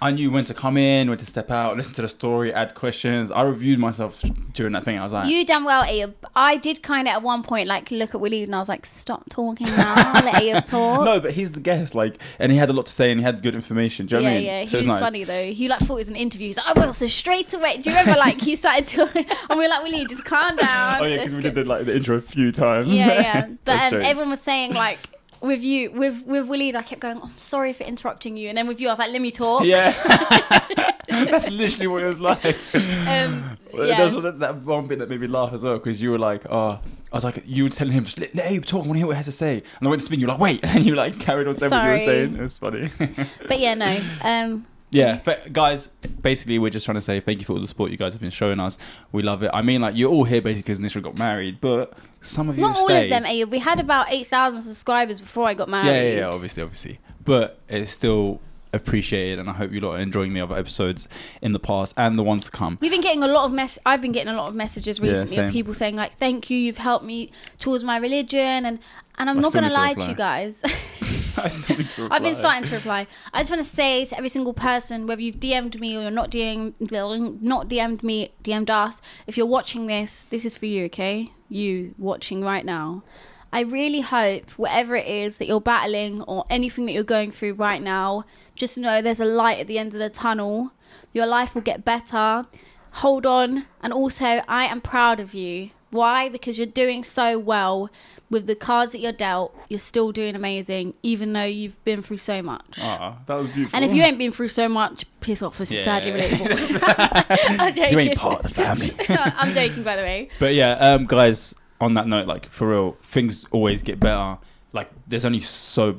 [SPEAKER 1] I knew when to come in, when to step out, listen to the story, add questions. I reviewed myself during that thing. I was like,
[SPEAKER 2] You done well, Ayub. I did kind of at one point like look at Waleed and I was like, stop talking now. let
[SPEAKER 1] (laughs)
[SPEAKER 2] Ayub talk.
[SPEAKER 1] no, but he's the guest, like, and he had a lot to say and he had good information. Do you know what
[SPEAKER 2] yeah,
[SPEAKER 1] I mean?
[SPEAKER 2] yeah, he
[SPEAKER 1] So it's
[SPEAKER 2] was
[SPEAKER 1] nice.
[SPEAKER 2] funny though. He like thought it was an interview. He's like, "Oh well," so straight away. Do you remember like he started talking, (laughs) and we were like, "Willie, just calm
[SPEAKER 1] (laughs)
[SPEAKER 2] down."
[SPEAKER 1] Oh yeah, because
[SPEAKER 2] Let's
[SPEAKER 1] we did
[SPEAKER 2] go."
[SPEAKER 1] the, like the intro a few times. (laughs)
[SPEAKER 2] yeah, yeah. But
[SPEAKER 1] That's
[SPEAKER 2] um,
[SPEAKER 1] jokes.
[SPEAKER 2] everyone was saying like with you, with with Willie, I kept going. "Oh, I'm sorry for interrupting you, and then with you, I was like, "Let me talk."
[SPEAKER 1] (laughs) yeah.
[SPEAKER 2] (laughs)
[SPEAKER 1] That's literally what it was (laughs) like.
[SPEAKER 2] Um,
[SPEAKER 1] There There's
[SPEAKER 2] yeah.
[SPEAKER 1] also that one bit that made me laugh as well because you were like, oh, I was like, you were telling him, just let, let Abe talk, I want to hear what he has to say. And I went to speak, you were like, wait. (laughs) And you like carried on saying what you were
[SPEAKER 2] Sorry.
[SPEAKER 1] saying. It was (laughs) funny.
[SPEAKER 2] But yeah, no. Um,
[SPEAKER 1] Yeah, but guys, basically, we're just trying to say thank you for all the support you guys have been showing us. We love it. I mean, like you're all here basically because Nisha got married, but some of you
[SPEAKER 2] not all
[SPEAKER 1] stay.
[SPEAKER 2] of them. Ayub. We had about eight thousand subscribers before I got married.
[SPEAKER 1] Yeah, yeah, yeah, obviously, obviously. But it's still appreciated, and I hope you lot are enjoying the other episodes in the past and the ones to come.
[SPEAKER 2] We've been getting a lot of mess. I've been getting a lot of messages
[SPEAKER 1] Yeah,
[SPEAKER 2] recently
[SPEAKER 1] same.
[SPEAKER 2] of people saying like, "Thank you, you've helped me towards my religion," and and I'm
[SPEAKER 1] I
[SPEAKER 2] not
[SPEAKER 1] still
[SPEAKER 2] gonna
[SPEAKER 1] need to
[SPEAKER 2] lie to
[SPEAKER 1] reply.
[SPEAKER 2] you guys.
[SPEAKER 1] (laughs)
[SPEAKER 2] (laughs)
[SPEAKER 1] I still need to
[SPEAKER 2] I've
[SPEAKER 1] reply.
[SPEAKER 2] been starting to reply. I just want to say to every single person, whether you've DM'd me or you're not DM, not DM'd me, DM'd us. If you're watching this, this is for you, okay? You watching right now. I really hope whatever it is that you're battling or anything that you're going through right now, just know there's a light at the end of the tunnel. Your life will get better. Hold on, and also I am proud of you. Why? Because you're doing so well with the cards that you're dealt. You're still doing amazing, even though you've been through so much.
[SPEAKER 1] Ah, that was beautiful.
[SPEAKER 2] And if you ain't been through so much, piss off. This is
[SPEAKER 1] Yeah.
[SPEAKER 2] sadly
[SPEAKER 1] (laughs)
[SPEAKER 2] relatable. (laughs) I'm joking.
[SPEAKER 1] you ain't part of the
[SPEAKER 2] (laughs)
[SPEAKER 1] family.
[SPEAKER 2] I'm joking, by the way.
[SPEAKER 1] But yeah, um, guys, on that note, like for real, things always get better. Like there's only so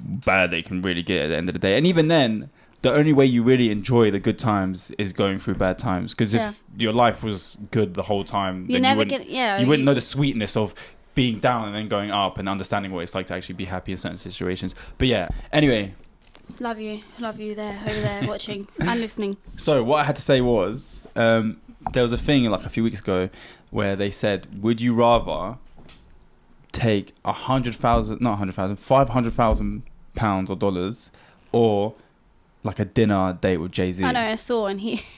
[SPEAKER 1] bad they can really get at the end of the day, and even then, the only way you really enjoy the good times is going through bad times. Because if
[SPEAKER 2] Yeah.
[SPEAKER 1] your life was good the whole time,
[SPEAKER 2] You're
[SPEAKER 1] then
[SPEAKER 2] never
[SPEAKER 1] you
[SPEAKER 2] gonna,
[SPEAKER 1] wouldn't,
[SPEAKER 2] yeah.
[SPEAKER 1] you wouldn't know the sweetness of being down and then going up and understanding what it's like to actually be happy in certain situations. But yeah, anyway,
[SPEAKER 2] Love you, love you there,
[SPEAKER 1] (laughs)
[SPEAKER 2] over there, watching and listening.
[SPEAKER 1] So what I had to say was um, there was a thing like a few weeks ago where they said, "Would you rather take a hundred thousand, not a hundred thousand, five hundred thousand pounds or dollars, or like a dinner date with Jay Z?"
[SPEAKER 2] I know, I saw, and he. (laughs)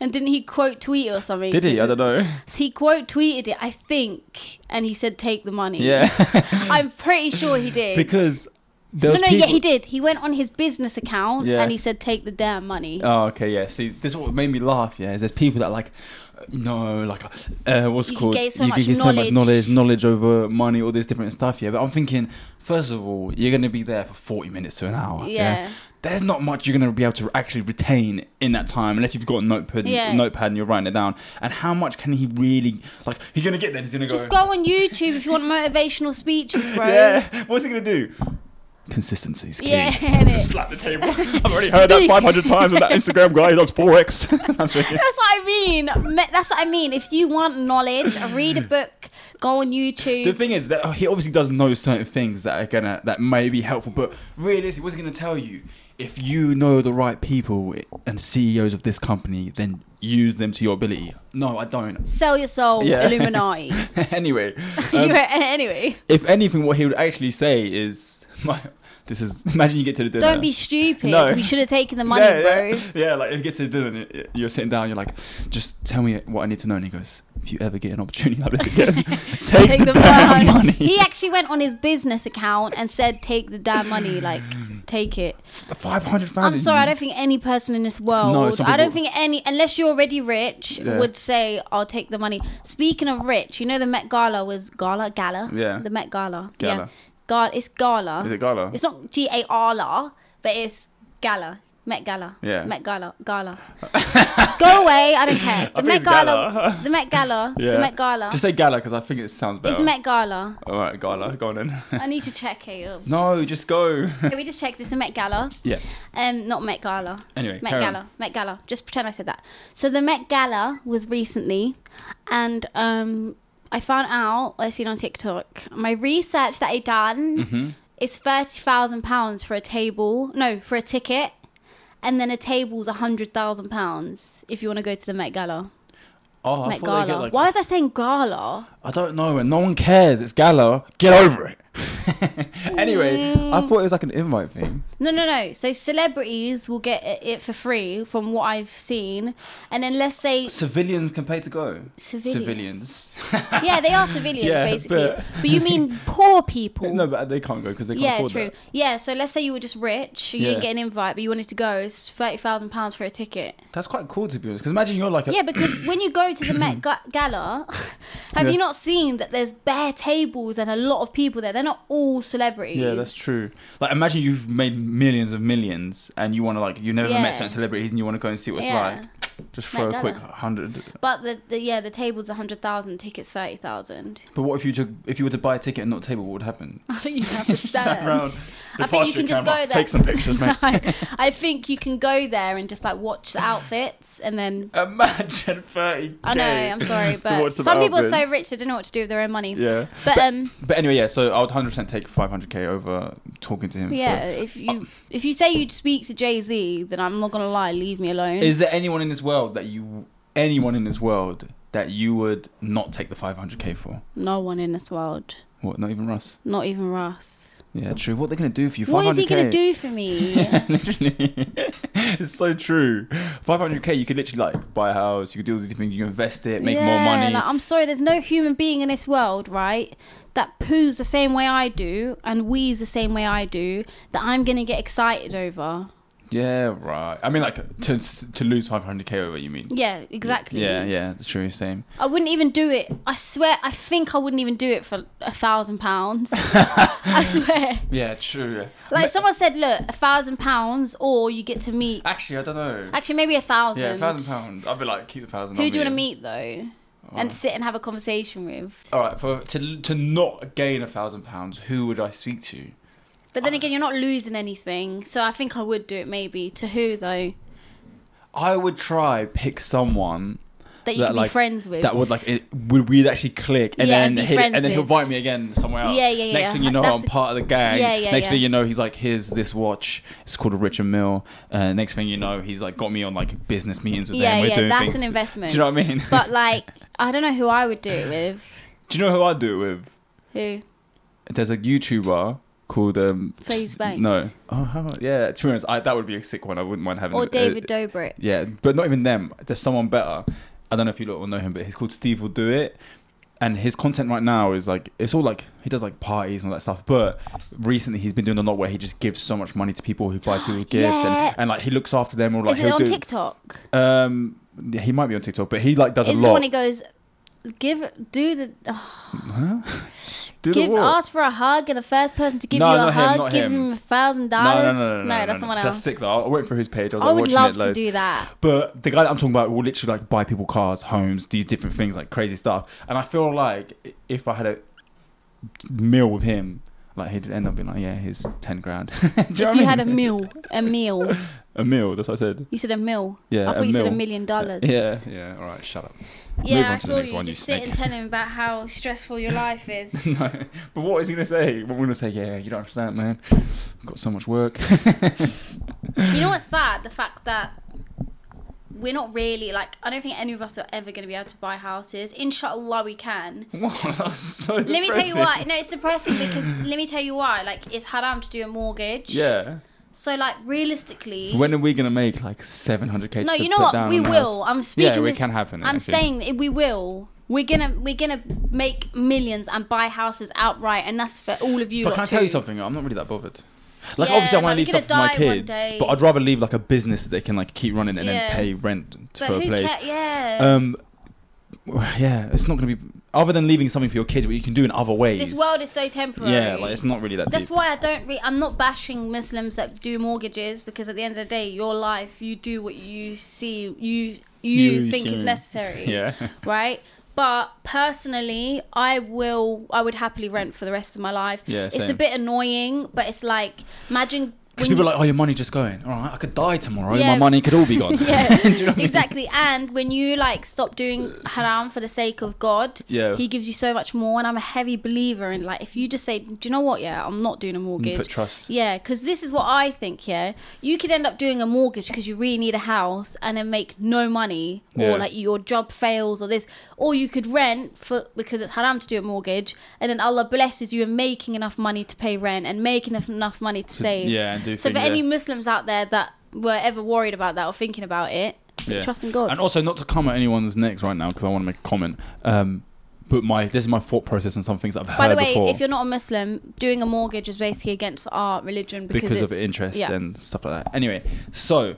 [SPEAKER 2] And didn't he quote tweet or something?
[SPEAKER 1] Did he? I don't
[SPEAKER 2] (laughs)
[SPEAKER 1] know.
[SPEAKER 2] So he quote tweeted it, I think, and he said, "Take the money."
[SPEAKER 1] Yeah, (laughs)
[SPEAKER 2] I'm pretty sure he did.
[SPEAKER 1] Mm. because There was
[SPEAKER 2] no, no, yeah,
[SPEAKER 1] people-
[SPEAKER 2] he did. He went on his business account
[SPEAKER 1] Yeah.
[SPEAKER 2] and he said, "Take the damn money."
[SPEAKER 1] Oh, okay, yeah. See, this is what made me laugh. Yeah, is there's people that are like, no, like, uh, what's it
[SPEAKER 2] You can
[SPEAKER 1] called?
[SPEAKER 2] gain so
[SPEAKER 1] you
[SPEAKER 2] much
[SPEAKER 1] can get so much
[SPEAKER 2] knowledge.
[SPEAKER 1] knowledge, knowledge over money, all this different stuff. Yeah, but I'm thinking, first of all, you're gonna be there for 40 minutes to an hour.
[SPEAKER 2] Yeah.
[SPEAKER 1] There's not much you're gonna be able to actually retain in that time unless you've got a notepad,
[SPEAKER 2] Yeah.
[SPEAKER 1] notepad, and you're writing it down. And how much can he really like? He's gonna get there. He's gonna go.
[SPEAKER 2] Just go on YouTube if you want motivational speeches, bro.
[SPEAKER 1] Yeah. What's he gonna do? Consistency is key.
[SPEAKER 2] Yeah, (laughs) innit?
[SPEAKER 1] (laughs) Slap the table. I've already heard
[SPEAKER 2] (laughs)
[SPEAKER 1] that 500 times with that Instagram guy. He does 4x. (laughs) I'm joking.
[SPEAKER 2] That's what I mean. Me- That's what I mean. If you want knowledge, uh, read a book, go on YouTube.
[SPEAKER 1] Mm. The thing is that oh, he obviously does know certain things that are gonna that may be helpful, but realistically, what's he gonna tell you? If you know the right people and CEOs of this company, then use them to your ability. No, I don't. (laughs)
[SPEAKER 2] Sell your soul,
[SPEAKER 1] Yeah. (laughs) Um,
[SPEAKER 2] Illuminati. (laughs)
[SPEAKER 1] anyway,
[SPEAKER 2] You-
[SPEAKER 1] um,
[SPEAKER 2] (laughs) anyway,
[SPEAKER 1] if anything, what he would actually say is, (laughs) "This is imagine you get to the dinner."
[SPEAKER 2] don't be stupid.
[SPEAKER 1] No.
[SPEAKER 2] You should have taken the money,
[SPEAKER 1] yeah,
[SPEAKER 2] bro.
[SPEAKER 1] Yeah. (laughs) yeah, like if it gets to dinner, and it- you're sitting down, you're like, just tell me what I need to know. And he goes, if you ever get an opportunity like this
[SPEAKER 2] (laughs)
[SPEAKER 1] again, take, the, damn
[SPEAKER 2] money.
[SPEAKER 1] money.
[SPEAKER 2] (laughs)
[SPEAKER 1] (laughs)
[SPEAKER 2] He actually went on his business account and said, "Take the damn money, like
[SPEAKER 1] Mm.
[SPEAKER 2] take it."
[SPEAKER 1] Five hundred thousand.
[SPEAKER 2] I'm sorry, I don't think any person in this world,
[SPEAKER 1] No, some
[SPEAKER 2] I don't
[SPEAKER 1] people-
[SPEAKER 2] think any, unless you're already rich,
[SPEAKER 1] Yeah.
[SPEAKER 2] would say, "I'll take the money." Speaking of rich, you know the Met Gala was gala, gala,
[SPEAKER 1] Yeah.
[SPEAKER 2] the Met Gala, yeah,
[SPEAKER 1] Gala.
[SPEAKER 2] Ga- it's gala.
[SPEAKER 1] Is it gala?
[SPEAKER 2] It's not G A R L A, but it's gala. Met Gala.
[SPEAKER 1] Yeah.
[SPEAKER 2] Met Gala.
[SPEAKER 1] (laughs)
[SPEAKER 2] Gala. Go away. I don't care. The
[SPEAKER 1] think
[SPEAKER 2] Met
[SPEAKER 1] it's
[SPEAKER 2] Gala,
[SPEAKER 1] (laughs) gala.
[SPEAKER 2] The Met Gala. The Met Gala.
[SPEAKER 1] Just say gala because I think it sounds better.
[SPEAKER 2] it's Met Gala.
[SPEAKER 1] All right, gala. Go on then.
[SPEAKER 2] (laughs) I need to check it. Up.
[SPEAKER 1] no, just go. (laughs)
[SPEAKER 2] Can we just check? It's the Met Gala.
[SPEAKER 1] yeah.
[SPEAKER 2] Um, not Met Gala.
[SPEAKER 1] Anyway,
[SPEAKER 2] Met
[SPEAKER 1] carry on.
[SPEAKER 2] Gala. Met Gala. Just pretend I said that. So the Met Gala was recently, and um, I found out I seen on TikTok my research that I done
[SPEAKER 1] Mm. Mm-hmm.
[SPEAKER 2] is thirty thousand pounds for a table. No, for a ticket, and then a table's hundred thousand pounds if you want to go to the Met Gala.
[SPEAKER 1] Oh, I
[SPEAKER 2] Met
[SPEAKER 1] thought
[SPEAKER 2] Gala.
[SPEAKER 1] they get like.
[SPEAKER 2] Why is I saying gala?
[SPEAKER 1] I don't know, and no one cares. It's gala. Get over it. (laughs) anyway, I thought it was like an invite thing.
[SPEAKER 2] No, no, no. So celebrities will get it- it for free from what I've seen, and then
[SPEAKER 1] (laughs)
[SPEAKER 2] let's say
[SPEAKER 1] Civilians can pay to go.
[SPEAKER 2] Civilians.
[SPEAKER 1] Civilians.
[SPEAKER 2] yeah, they are
[SPEAKER 1] (laughs)
[SPEAKER 2] civilians
[SPEAKER 1] Yeah,
[SPEAKER 2] basically.
[SPEAKER 1] but-
[SPEAKER 2] But... you mean poor people?
[SPEAKER 1] (laughs) no, but they can't go because they can't
[SPEAKER 2] yeah,
[SPEAKER 1] afford
[SPEAKER 2] true.
[SPEAKER 1] that.
[SPEAKER 2] Yeah, so let's say you were just rich, you
[SPEAKER 1] Yeah.
[SPEAKER 2] didn't get an invite, but you wanted to go. It's thirty thousand pounds for a ticket.
[SPEAKER 1] That's quite cool to be honest. Because imagine you're like a
[SPEAKER 2] Yeah, because when you go
[SPEAKER 1] (clears throat)
[SPEAKER 2] to the Met Ga- Gala, (laughs) have
[SPEAKER 1] Yeah.
[SPEAKER 2] you not seen that there's bare tables and a lot of people there? They're not all celebrities.
[SPEAKER 1] Yeah, that's true. Like, imagine you've made millions of millions, and you want to like you've never
[SPEAKER 2] Yeah.
[SPEAKER 1] met certain celebrities, and you want to go and see what it's
[SPEAKER 2] Yeah.
[SPEAKER 1] like. Just throw a
[SPEAKER 2] Met
[SPEAKER 1] quick
[SPEAKER 2] Gala.
[SPEAKER 1] hundred.
[SPEAKER 2] But the, the yeah, the table's a hundred thousand, tickets thirty thousand. (laughs)
[SPEAKER 1] But what if you took if you were to buy a ticket and not a table? What would happen? (laughs)
[SPEAKER 2] I think you have to stand.
[SPEAKER 1] round.
[SPEAKER 2] I think you can just go there.
[SPEAKER 1] pictures,
[SPEAKER 2] (laughs) No, I think you can go there and just like watch the outfits and then
[SPEAKER 1] Imagine thirty.
[SPEAKER 2] I know,
[SPEAKER 1] (laughs)
[SPEAKER 2] I'm sorry, but some people are so rich they don't know what to do with their own money.
[SPEAKER 1] Yeah,
[SPEAKER 2] But um,
[SPEAKER 1] but anyway, yeah. So I would hundred percent take five hundred k over talking to him. for-
[SPEAKER 2] yeah, if
[SPEAKER 1] oh.
[SPEAKER 2] you if you say you'd speak to Jay Z, then I'm not gonna lie, leave me alone.
[SPEAKER 1] Is there anyone in this world that you anyone in this world that you would not take the five hundred k for?
[SPEAKER 2] no one in this world,
[SPEAKER 1] What? Not even Russ.
[SPEAKER 2] not even Russ.
[SPEAKER 1] Yeah, true. What are they gonna do for you?
[SPEAKER 2] What is he gonna
[SPEAKER 1] 500K?
[SPEAKER 2] do for me?
[SPEAKER 1] literally, it's so true. Five hundred k, you could literally like buy a house. You could do all these things. You can invest it, (laughs) make more
[SPEAKER 2] (laughs) Yeah,
[SPEAKER 1] money.
[SPEAKER 2] like, I'm sorry, there's no human being in this world, right, that poos the same way I do and wheeze the same way I do that I'm gonna get excited over.
[SPEAKER 1] yeah, right. I mean, like to to lose five hundred k over. You mean?
[SPEAKER 2] Yeah, exactly.
[SPEAKER 1] Yeah, yeah, that's true. Same.
[SPEAKER 2] I wouldn't even do it. I swear, I think I wouldn't even do it for a
[SPEAKER 1] (laughs)
[SPEAKER 2] thousand pounds. (laughs) I swear.
[SPEAKER 1] Yeah, true.
[SPEAKER 2] Like if someone said, look, a thousand pounds, or you get to meet.
[SPEAKER 1] Actually, I don't know.
[SPEAKER 2] Actually, maybe a thousand.
[SPEAKER 1] Uh, yeah, thousand pound. I'd be like, keep the thousand.
[SPEAKER 2] Who
[SPEAKER 1] I'll
[SPEAKER 2] do you want to
[SPEAKER 1] him.
[SPEAKER 2] meet though,
[SPEAKER 1] Oh.
[SPEAKER 2] and sit and have a conversation with?
[SPEAKER 1] All right, for to to not gain a thousand pounds, who would I speak to?
[SPEAKER 2] But
[SPEAKER 1] Uh.
[SPEAKER 2] then again, you're not losing anything, so I think I would do it. Maybe to who though
[SPEAKER 1] I would try pick someone
[SPEAKER 2] that you
[SPEAKER 1] That,
[SPEAKER 2] could
[SPEAKER 1] like,
[SPEAKER 2] be friends with.
[SPEAKER 1] that would like it would we'd actually click and
[SPEAKER 2] Yeah,
[SPEAKER 1] then
[SPEAKER 2] be
[SPEAKER 1] hit-
[SPEAKER 2] friends
[SPEAKER 1] and then he'll
[SPEAKER 2] with.
[SPEAKER 1] invite me again somewhere else.
[SPEAKER 2] Yeah, yeah, yeah.
[SPEAKER 1] Next thing you know,
[SPEAKER 2] That's-
[SPEAKER 1] I'm part of the gang.
[SPEAKER 2] Yeah, yeah,
[SPEAKER 1] Next thing
[SPEAKER 2] yeah.
[SPEAKER 1] you know, he's like, here's this watch. It's called a Richard Mill. Uh, next thing you know, he's like got me on like business meetings with
[SPEAKER 2] Yeah,
[SPEAKER 1] them. We're
[SPEAKER 2] yeah,
[SPEAKER 1] doing
[SPEAKER 2] that's
[SPEAKER 1] things.
[SPEAKER 2] an investment.
[SPEAKER 1] Do you know what I mean?
[SPEAKER 2] (laughs) But like, I don't know who I would do it with.
[SPEAKER 1] (laughs) do you know who I do it with?
[SPEAKER 2] Who?
[SPEAKER 1] There's a YouTuber called um.
[SPEAKER 2] FaZe
[SPEAKER 1] s-
[SPEAKER 2] Banks.
[SPEAKER 1] No. Oh, how- yeah. To be honest, I, that would be a sick one. I wouldn't mind having.
[SPEAKER 2] Or
[SPEAKER 1] a- uh,
[SPEAKER 2] David Dobrik.
[SPEAKER 1] Yeah, but not even them. There's someone better. I don't know if you lot will know him, but he's called Steve Will Do It. and his content right now is like it's all like he does like parties and all that stuff. But recently he's been doing a lot where he just gives so much money to people who buys people gifts
[SPEAKER 2] Yeah.
[SPEAKER 1] and, and like he looks after them or like
[SPEAKER 2] Is it
[SPEAKER 1] he'll
[SPEAKER 2] on
[SPEAKER 1] do.
[SPEAKER 2] TikTok?
[SPEAKER 1] Um, yeah, he might be on TikTok, but he like does
[SPEAKER 2] Is
[SPEAKER 1] a
[SPEAKER 2] the
[SPEAKER 1] lot.
[SPEAKER 2] one he goes, give, do the, uh,
[SPEAKER 1] (laughs) do the
[SPEAKER 2] give,
[SPEAKER 1] what?
[SPEAKER 2] ask for a hug, and the first person to give
[SPEAKER 1] No,
[SPEAKER 2] you a
[SPEAKER 1] not him,
[SPEAKER 2] hug,
[SPEAKER 1] not
[SPEAKER 2] give
[SPEAKER 1] him.
[SPEAKER 2] him a thousand
[SPEAKER 1] no, no, no,
[SPEAKER 2] dollars.
[SPEAKER 1] no, no, no,
[SPEAKER 2] that's someone else.
[SPEAKER 1] That's sick though. I went for his page. I was
[SPEAKER 2] I
[SPEAKER 1] like
[SPEAKER 2] would
[SPEAKER 1] watching
[SPEAKER 2] love
[SPEAKER 1] it
[SPEAKER 2] to
[SPEAKER 1] loads.
[SPEAKER 2] do that.
[SPEAKER 1] But the guy that I'm talking about will literally like buy people cars, homes, these different things, like crazy stuff. And I feel like i- if I had a meal with him, like he'd end up being like, yeah, here's ten grand. (laughs) Do you
[SPEAKER 2] If
[SPEAKER 1] know
[SPEAKER 2] you
[SPEAKER 1] what I mean?
[SPEAKER 2] had a meal,
[SPEAKER 1] (laughs)
[SPEAKER 2] a meal,
[SPEAKER 1] a meal, that's what I said.
[SPEAKER 2] you said a meal.
[SPEAKER 1] Yeah,
[SPEAKER 2] I thought you
[SPEAKER 1] meal.
[SPEAKER 2] said a million dollars.
[SPEAKER 1] Yeah.
[SPEAKER 3] Yeah, all right, shut up. Move
[SPEAKER 2] Yeah,
[SPEAKER 3] on
[SPEAKER 2] I
[SPEAKER 3] to the
[SPEAKER 2] saw
[SPEAKER 3] next
[SPEAKER 2] you
[SPEAKER 3] one, you
[SPEAKER 2] just sit and
[SPEAKER 3] snake.
[SPEAKER 2] tell him about how stressful your life is.
[SPEAKER 1] (laughs) (laughs) no, but what is he gonna say? What we're gonna say? Yeah, you don't understand, man. I've got so much work. (laughs)
[SPEAKER 2] You know what's sad? The fact that we're not really like I don't think any of us are ever going to be able to buy houses. Inshallah, we can.
[SPEAKER 1] what? That was so
[SPEAKER 2] Let me tell you
[SPEAKER 1] depressing.
[SPEAKER 2] why. No, it's
[SPEAKER 1] (laughs)
[SPEAKER 2] depressing because let me tell you why. Like, it's haram to do a mortgage.
[SPEAKER 1] Yeah.
[SPEAKER 2] So, like, realistically,
[SPEAKER 1] When are we gonna make like 700k?
[SPEAKER 2] no,
[SPEAKER 1] to
[SPEAKER 2] you know
[SPEAKER 1] put
[SPEAKER 2] what?
[SPEAKER 1] down
[SPEAKER 2] We
[SPEAKER 1] on the
[SPEAKER 2] will.
[SPEAKER 1] house?
[SPEAKER 2] I'm speaking.
[SPEAKER 1] yeah, it
[SPEAKER 2] this,
[SPEAKER 1] can happen.
[SPEAKER 2] I'm
[SPEAKER 1] actually.
[SPEAKER 2] saying that we will. We're gonna we're gonna make millions and buy houses outright, and that's for all of you.
[SPEAKER 1] But
[SPEAKER 2] lot
[SPEAKER 1] can I tell you
[SPEAKER 2] too.
[SPEAKER 1] something? I'm not really that bothered. Like
[SPEAKER 2] Yeah,
[SPEAKER 1] obviously, I want
[SPEAKER 2] like,
[SPEAKER 1] to leave
[SPEAKER 2] you're
[SPEAKER 1] stuff for my
[SPEAKER 2] gonna die one
[SPEAKER 1] kids,
[SPEAKER 2] day.
[SPEAKER 1] but I'd rather leave like a business that they can like keep running and
[SPEAKER 2] Yeah.
[SPEAKER 1] then pay rent
[SPEAKER 2] But
[SPEAKER 1] for a
[SPEAKER 2] who
[SPEAKER 1] place.
[SPEAKER 2] cares? Yeah.
[SPEAKER 1] Um, (sighs) yeah, it's not gonna be other than leaving something for your kids, what you can do in other ways.
[SPEAKER 2] this world is so temporary.
[SPEAKER 1] Um, yeah, like it's not really that.
[SPEAKER 2] That's
[SPEAKER 1] deep.
[SPEAKER 2] why I don't. Re- I'm not bashing Muslims that do mortgages because at the end of the day, your life, you do what you see, you you,
[SPEAKER 1] You
[SPEAKER 2] think is
[SPEAKER 1] see.
[SPEAKER 2] necessary,
[SPEAKER 1] (laughs) Yeah,
[SPEAKER 2] right? But personally, I will. I would happily rent for the rest of my life.
[SPEAKER 1] Yeah,
[SPEAKER 2] it's a
[SPEAKER 1] same.
[SPEAKER 2] bit annoying, but it's like
[SPEAKER 1] (laughs)
[SPEAKER 2] imagine.
[SPEAKER 1] because
[SPEAKER 2] when
[SPEAKER 1] people
[SPEAKER 2] you-
[SPEAKER 1] are like, "Oh, your money just going. All right, I could die tomorrow.
[SPEAKER 2] Yeah.
[SPEAKER 1] My money could all be
[SPEAKER 2] (laughs)
[SPEAKER 1] gone." (laughs)
[SPEAKER 2] yeah,
[SPEAKER 1] Do you know what I mean?
[SPEAKER 2] exactly. And when you like stop doing haram for the sake of God,
[SPEAKER 1] Yeah.
[SPEAKER 2] He gives you so much more. And I'm a heavy believer in like if you just say, do you know what? Yeah, I'm not doing a
[SPEAKER 1] And
[SPEAKER 2] mortgage.
[SPEAKER 1] Mm, Put trust.
[SPEAKER 2] Yeah, because this is what I think. Yeah, you could end up doing a mortgage because you really need a house and then make no money,
[SPEAKER 1] Yeah.
[SPEAKER 2] or like your job fails, or this, or you could rent for because it's haram to do a mortgage, and then Allah blesses you and making enough money to pay rent and making enough, enough money to
[SPEAKER 1] (laughs)
[SPEAKER 2] save.
[SPEAKER 1] Yeah, and do
[SPEAKER 2] So
[SPEAKER 1] things,
[SPEAKER 2] for
[SPEAKER 1] yeah.
[SPEAKER 2] any Muslims out there that were ever worried about that or thinking about it,
[SPEAKER 1] Yeah.
[SPEAKER 2] trust in God.
[SPEAKER 1] And also, not to come at anyone's necks right now because I want to make a comment. Um, but my this is my thought process on some things I've heard
[SPEAKER 2] By the way,
[SPEAKER 1] before
[SPEAKER 2] if you're not a Muslim, doing a mortgage is basically against our religion because,
[SPEAKER 1] because,
[SPEAKER 2] it's,
[SPEAKER 1] of interest
[SPEAKER 2] yeah.
[SPEAKER 1] and stuff like that. Anyway, so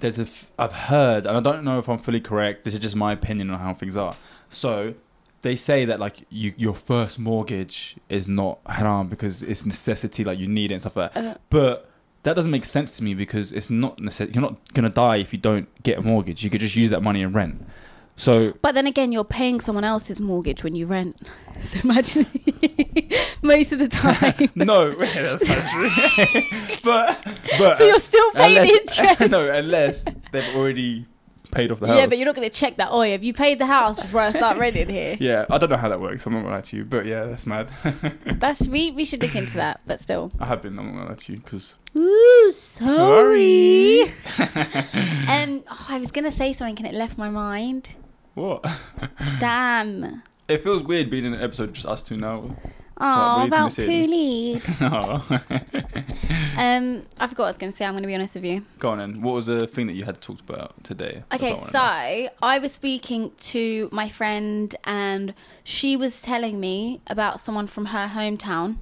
[SPEAKER 1] there's a f- I've heard, and I don't know if I'm fully correct. This is just my opinion on how things are. So they say that like you, your first mortgage is not haram because it's necessity, like you need it and stuff like that.
[SPEAKER 2] Uh,
[SPEAKER 1] But that doesn't make sense to me because it's not necessary. You're not gonna die if you don't get a mortgage. You could just use that money and rent. So
[SPEAKER 2] (laughs) But then again, you're paying someone else's mortgage when you rent. (laughs) So imagine (laughs) most of the time.
[SPEAKER 1] (laughs) no, that's not
[SPEAKER 2] (laughs)
[SPEAKER 1] true. but but uh,
[SPEAKER 2] So you're still paying
[SPEAKER 1] unless, (laughs)
[SPEAKER 2] interest.
[SPEAKER 1] No, unless they've already paid off the house.
[SPEAKER 2] yeah, but you're not going to check that. Oh, have you paid the house before I start renting
[SPEAKER 1] (laughs)
[SPEAKER 2] here?
[SPEAKER 1] Yeah, I don't know how that works. I'm not gonna lie to you, but yeah, that's mad.
[SPEAKER 2] That's we we should look into that. But still,
[SPEAKER 1] I have been. I'm not gonna lie to you because
[SPEAKER 2] ooh, sorry. um, oh, I was going to say something and it left my mind.
[SPEAKER 1] what?
[SPEAKER 2] Damn.
[SPEAKER 1] It feels weird being in an episode just us two now. (laughs) we
[SPEAKER 2] Oh,
[SPEAKER 1] need to
[SPEAKER 2] about
[SPEAKER 1] miss it.
[SPEAKER 2] Pooley.
[SPEAKER 1] No.
[SPEAKER 2] Um, I forgot what I was going to say. I'm going to be honest with you.
[SPEAKER 1] Go on then. What was the thing that you had talked about today? That's
[SPEAKER 2] Okay,
[SPEAKER 1] what I wanna
[SPEAKER 2] so I was speaking to my friend, and she was telling me about someone from her hometown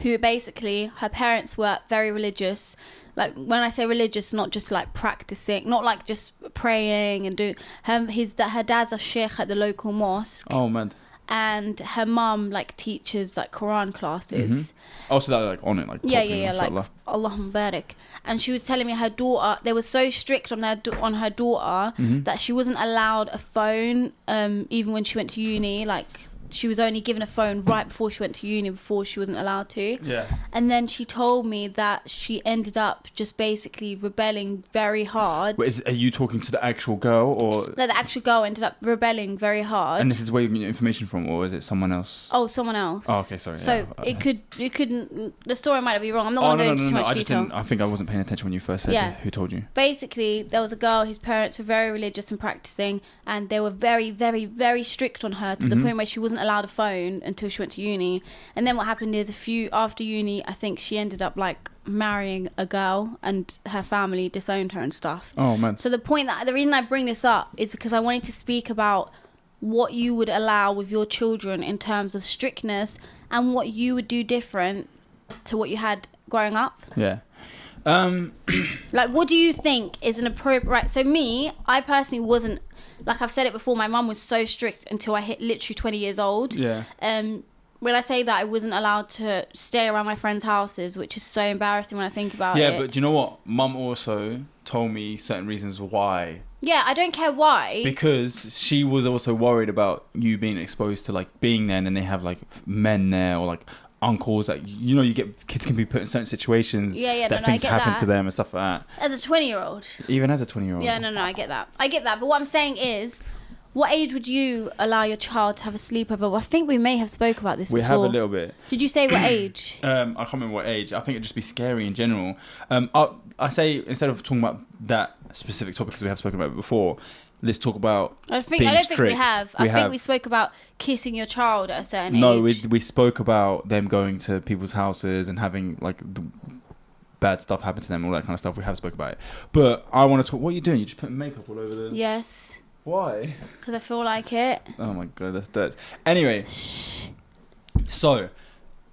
[SPEAKER 2] who basically her parents were very religious. Like when I say religious, not just like practicing, not like just praying and do. Her his da- her dad's a sheikh at the local mosque,
[SPEAKER 1] know. Oh man.
[SPEAKER 2] and her mum like teaches like Quran classes.
[SPEAKER 1] Mm-hmm. Also Oh, that like on it like.
[SPEAKER 2] Yeah, yeah,
[SPEAKER 1] properly,
[SPEAKER 2] yeah. Like
[SPEAKER 1] mashallah.
[SPEAKER 2] Allah Mubarak. And she was telling me her daughter. They were so strict on her da- on her daughter
[SPEAKER 1] Mm-hmm.
[SPEAKER 2] that she wasn't allowed a phone, um, even when she went to uni. Like she was only given a phone right before she went to uni. Before she wasn't allowed to.
[SPEAKER 1] Yeah.
[SPEAKER 2] And then she told me that she ended up just basically rebelling very hard.
[SPEAKER 1] Wait, is, are you talking to the actual girl or?
[SPEAKER 2] No, the actual girl ended up rebelling very hard.
[SPEAKER 1] And this is where you get your information from, or is it someone else?
[SPEAKER 2] Oh, someone else.
[SPEAKER 1] Oh, okay, sorry,
[SPEAKER 2] So
[SPEAKER 1] yeah. Oh,
[SPEAKER 2] it could, it couldn't. The story might be wrong. I'm not going to go into too much
[SPEAKER 1] I just
[SPEAKER 2] detail.
[SPEAKER 1] didn't. I think I wasn't paying attention when you first said
[SPEAKER 2] Yeah.
[SPEAKER 1] it. Who told you?
[SPEAKER 2] basically there was a girl whose parents were very religious and practicing and they were very very very strict on her to the point where she wasn't allowed a phone until she went to uni and then what happened is a few after uni i think she ended up like marrying a girl and her family disowned her and stuff
[SPEAKER 1] Oh man.
[SPEAKER 2] so the point that the reason i bring this up is because i wanted to speak about what you would allow with your children in terms of strictness and what you would do different to what you had growing up?
[SPEAKER 1] Yeah. Um,
[SPEAKER 2] Like, what do you think is an appropriate? Right. So me, I personally wasn't. Like I've said it before, my mum was so strict until I hit literally 20 years old.
[SPEAKER 1] yeah.
[SPEAKER 2] Um, when I say that I wasn't allowed to stay around my friends' houses, which is so embarrassing when I think about
[SPEAKER 1] Yeah,
[SPEAKER 2] it.
[SPEAKER 1] but do you know what? Mum also told me certain reasons why.
[SPEAKER 2] yeah, I don't care why.
[SPEAKER 1] Because she was also worried about you being exposed to like being there and then they have like men there or like uncles that you know you get kids can be put in certain situations
[SPEAKER 2] Yeah, yeah, no,
[SPEAKER 1] that
[SPEAKER 2] no, I
[SPEAKER 1] things
[SPEAKER 2] get
[SPEAKER 1] happen
[SPEAKER 2] that.
[SPEAKER 1] to them and stuff like
[SPEAKER 2] As a 20 year old.
[SPEAKER 1] that. Even as a twenty year old.
[SPEAKER 2] Yeah, no, no, I get that. I get that. But what I'm saying is, what age would you allow your child to have a sleepover? Well, I think we may have spoke about this
[SPEAKER 1] We
[SPEAKER 2] before.
[SPEAKER 1] have a little bit.
[SPEAKER 2] Did you say what age?
[SPEAKER 1] Um, I can't remember what age. I think it'd just be scary in general. Um, I, I say instead of talking about that specific topic because we have spoken about it before, let's talk about.
[SPEAKER 2] I think
[SPEAKER 1] Being
[SPEAKER 2] I don't think
[SPEAKER 1] strict.
[SPEAKER 2] we have. I
[SPEAKER 1] We
[SPEAKER 2] think
[SPEAKER 1] have.
[SPEAKER 2] we spoke about kissing your child at a certain
[SPEAKER 1] no,
[SPEAKER 2] age.
[SPEAKER 1] we we spoke about them going to people's houses and having like the bad stuff happen to them, all that kind of stuff. We have spoke about it, but I want to talk. What are you doing? You're just putting makeup all over the.
[SPEAKER 2] Yes,
[SPEAKER 1] Why?
[SPEAKER 2] because I feel like it.
[SPEAKER 1] Oh my god, that's dirt. Anyway,
[SPEAKER 2] Shh.
[SPEAKER 1] So,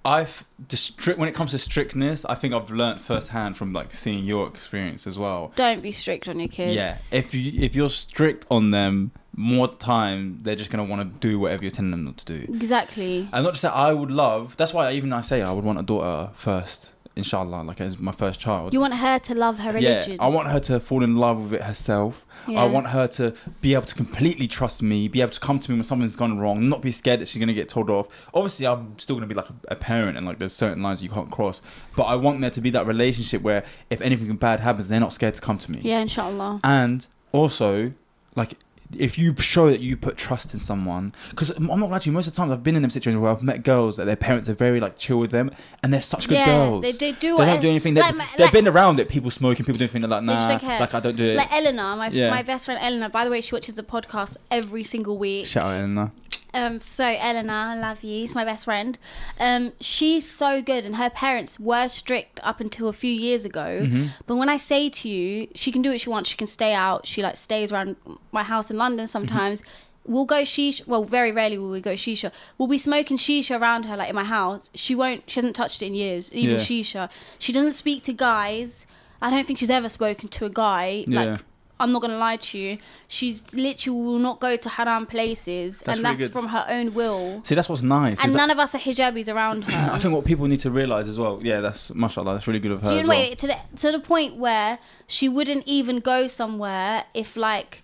[SPEAKER 1] I've the strict when it comes to strictness, I think I've learnt firsthand from like seeing your experience as well.
[SPEAKER 2] Don't be strict on your kids.
[SPEAKER 1] Yeah, if you if you're strict on them, more time they're just gonna want to do whatever you're telling them not to do.
[SPEAKER 2] exactly.
[SPEAKER 1] And not just that, I would love. That's why I, even I say I would want a daughter first, inshallah, like as my first child.
[SPEAKER 2] You want her to love her religion.
[SPEAKER 1] Yeah, I want her to fall in love with it herself. I
[SPEAKER 2] Yeah.
[SPEAKER 1] want her to be able to completely trust me, be able to come to me when something's gone wrong, not be scared that she's going to get told off. Obviously, I'm still going to be like a, a parent and like there's certain lines you can't cross, but I want there to be that relationship where if anything bad happens, they're not scared to come to me.
[SPEAKER 2] Yeah, inshallah.
[SPEAKER 1] And also, like, if you show that you put trust in someone, because I'm not glad to you, most of the times I've been in them situations where I've met girls that their parents are very like chill with them and they're such good
[SPEAKER 2] yeah,
[SPEAKER 1] girls.
[SPEAKER 2] they do. do
[SPEAKER 1] They
[SPEAKER 2] what-
[SPEAKER 1] don't do anything. They,
[SPEAKER 2] like my-
[SPEAKER 1] they've
[SPEAKER 2] like-
[SPEAKER 1] been around it. People smoking, people doing things like, nah,
[SPEAKER 2] just don't care.
[SPEAKER 1] like I don't do it.
[SPEAKER 2] Like Eleanor, my
[SPEAKER 1] Yeah.
[SPEAKER 2] my best friend Eleanor. By the way, she watches the podcast every single week.
[SPEAKER 1] Shout out, Eleanor.
[SPEAKER 2] Um, so Eleanor, I love you. It's my best friend. Um, she's so good, and her parents were strict up until a few years ago. But when I say to you, she can do what she wants. She can stay out. She like stays around my house in London sometimes. We'll go shisha. Well, very rarely will we go shisha. We'll be smoking shisha around her, like in my house. She won't. She hasn't touched it in years. Even
[SPEAKER 1] Yeah.
[SPEAKER 2] shisha. She doesn't speak to guys. I don't think she's ever spoken to a guy.
[SPEAKER 1] Yeah.
[SPEAKER 2] Like I'm not gonna lie to you. She's literally will not go to haram places,
[SPEAKER 1] That's
[SPEAKER 2] and
[SPEAKER 1] really
[SPEAKER 2] that's
[SPEAKER 1] good.
[SPEAKER 2] from her own will.
[SPEAKER 1] See, that's what's nice.
[SPEAKER 2] and
[SPEAKER 1] is
[SPEAKER 2] none of us are hijabis around
[SPEAKER 1] that- (clears throat) I
[SPEAKER 2] her.
[SPEAKER 1] think what people need to realize as well. Yeah, that's mashallah. That's really good of her.
[SPEAKER 2] You
[SPEAKER 1] as
[SPEAKER 2] know,
[SPEAKER 1] well.
[SPEAKER 2] wait, to the to the point where she wouldn't even go somewhere if like.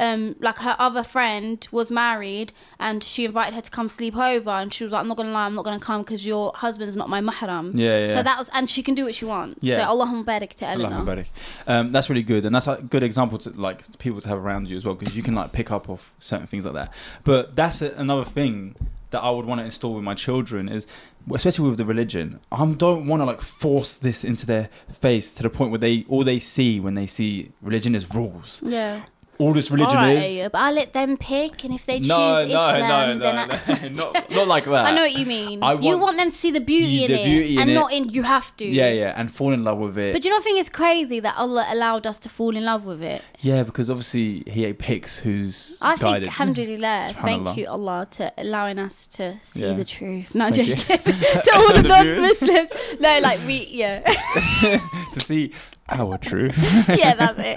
[SPEAKER 2] Um, like her other friend was married and she invited her to come sleep over and she was like I'm not gonna lie I'm not gonna come because your husband's not my mahram
[SPEAKER 1] Yeah, yeah.
[SPEAKER 2] so that was and she can do what she wants
[SPEAKER 1] Yeah.
[SPEAKER 2] so Allahumma barik to Eleanor
[SPEAKER 1] Allah Mubarak. Um, that's really good, and that's a good example to like to people to have around you as well, because you can like pick up off certain things like that. But that's a, another thing that I would want to install with my children is, especially with the religion, I don't want to like force this into their face to the point where they all they see when they see religion is rules.
[SPEAKER 2] yeah
[SPEAKER 1] All this religion
[SPEAKER 2] Alright,
[SPEAKER 1] is.
[SPEAKER 2] Ayub, I'll let them pick and if they choose
[SPEAKER 1] No, no,
[SPEAKER 2] Islam
[SPEAKER 1] no,
[SPEAKER 2] then
[SPEAKER 1] no,
[SPEAKER 2] I- (laughs)
[SPEAKER 1] no, (laughs) not, not like that.
[SPEAKER 2] I know what you mean.
[SPEAKER 1] Uh, (laughs) I
[SPEAKER 2] you
[SPEAKER 1] want-
[SPEAKER 2] want them to see the beauty
[SPEAKER 1] Yeah,
[SPEAKER 2] in
[SPEAKER 1] the
[SPEAKER 2] it,
[SPEAKER 1] beauty in
[SPEAKER 2] and
[SPEAKER 1] it.
[SPEAKER 2] not in you have to.
[SPEAKER 1] Yeah, yeah, and fall in love with it.
[SPEAKER 2] But do you not think it's crazy that Allah allowed us to fall in love with it?
[SPEAKER 1] Yeah, because obviously he picks who's
[SPEAKER 2] I think,
[SPEAKER 1] guided. Mm.
[SPEAKER 2] alhamdulillah,
[SPEAKER 1] Subhanallah.
[SPEAKER 2] thank you, Allah, to allowing us to see
[SPEAKER 1] Yeah.
[SPEAKER 2] the truth. No,
[SPEAKER 1] Thank you.
[SPEAKER 2] joking.
[SPEAKER 1] (laughs)
[SPEAKER 2] (laughs) to all the
[SPEAKER 1] The viewers.
[SPEAKER 2] non Muslims. No, like we,
[SPEAKER 1] (laughs)
[SPEAKER 2] yeah.
[SPEAKER 1] (laughs)
[SPEAKER 2] (laughs)
[SPEAKER 1] to see our truth.
[SPEAKER 2] yeah, that's it.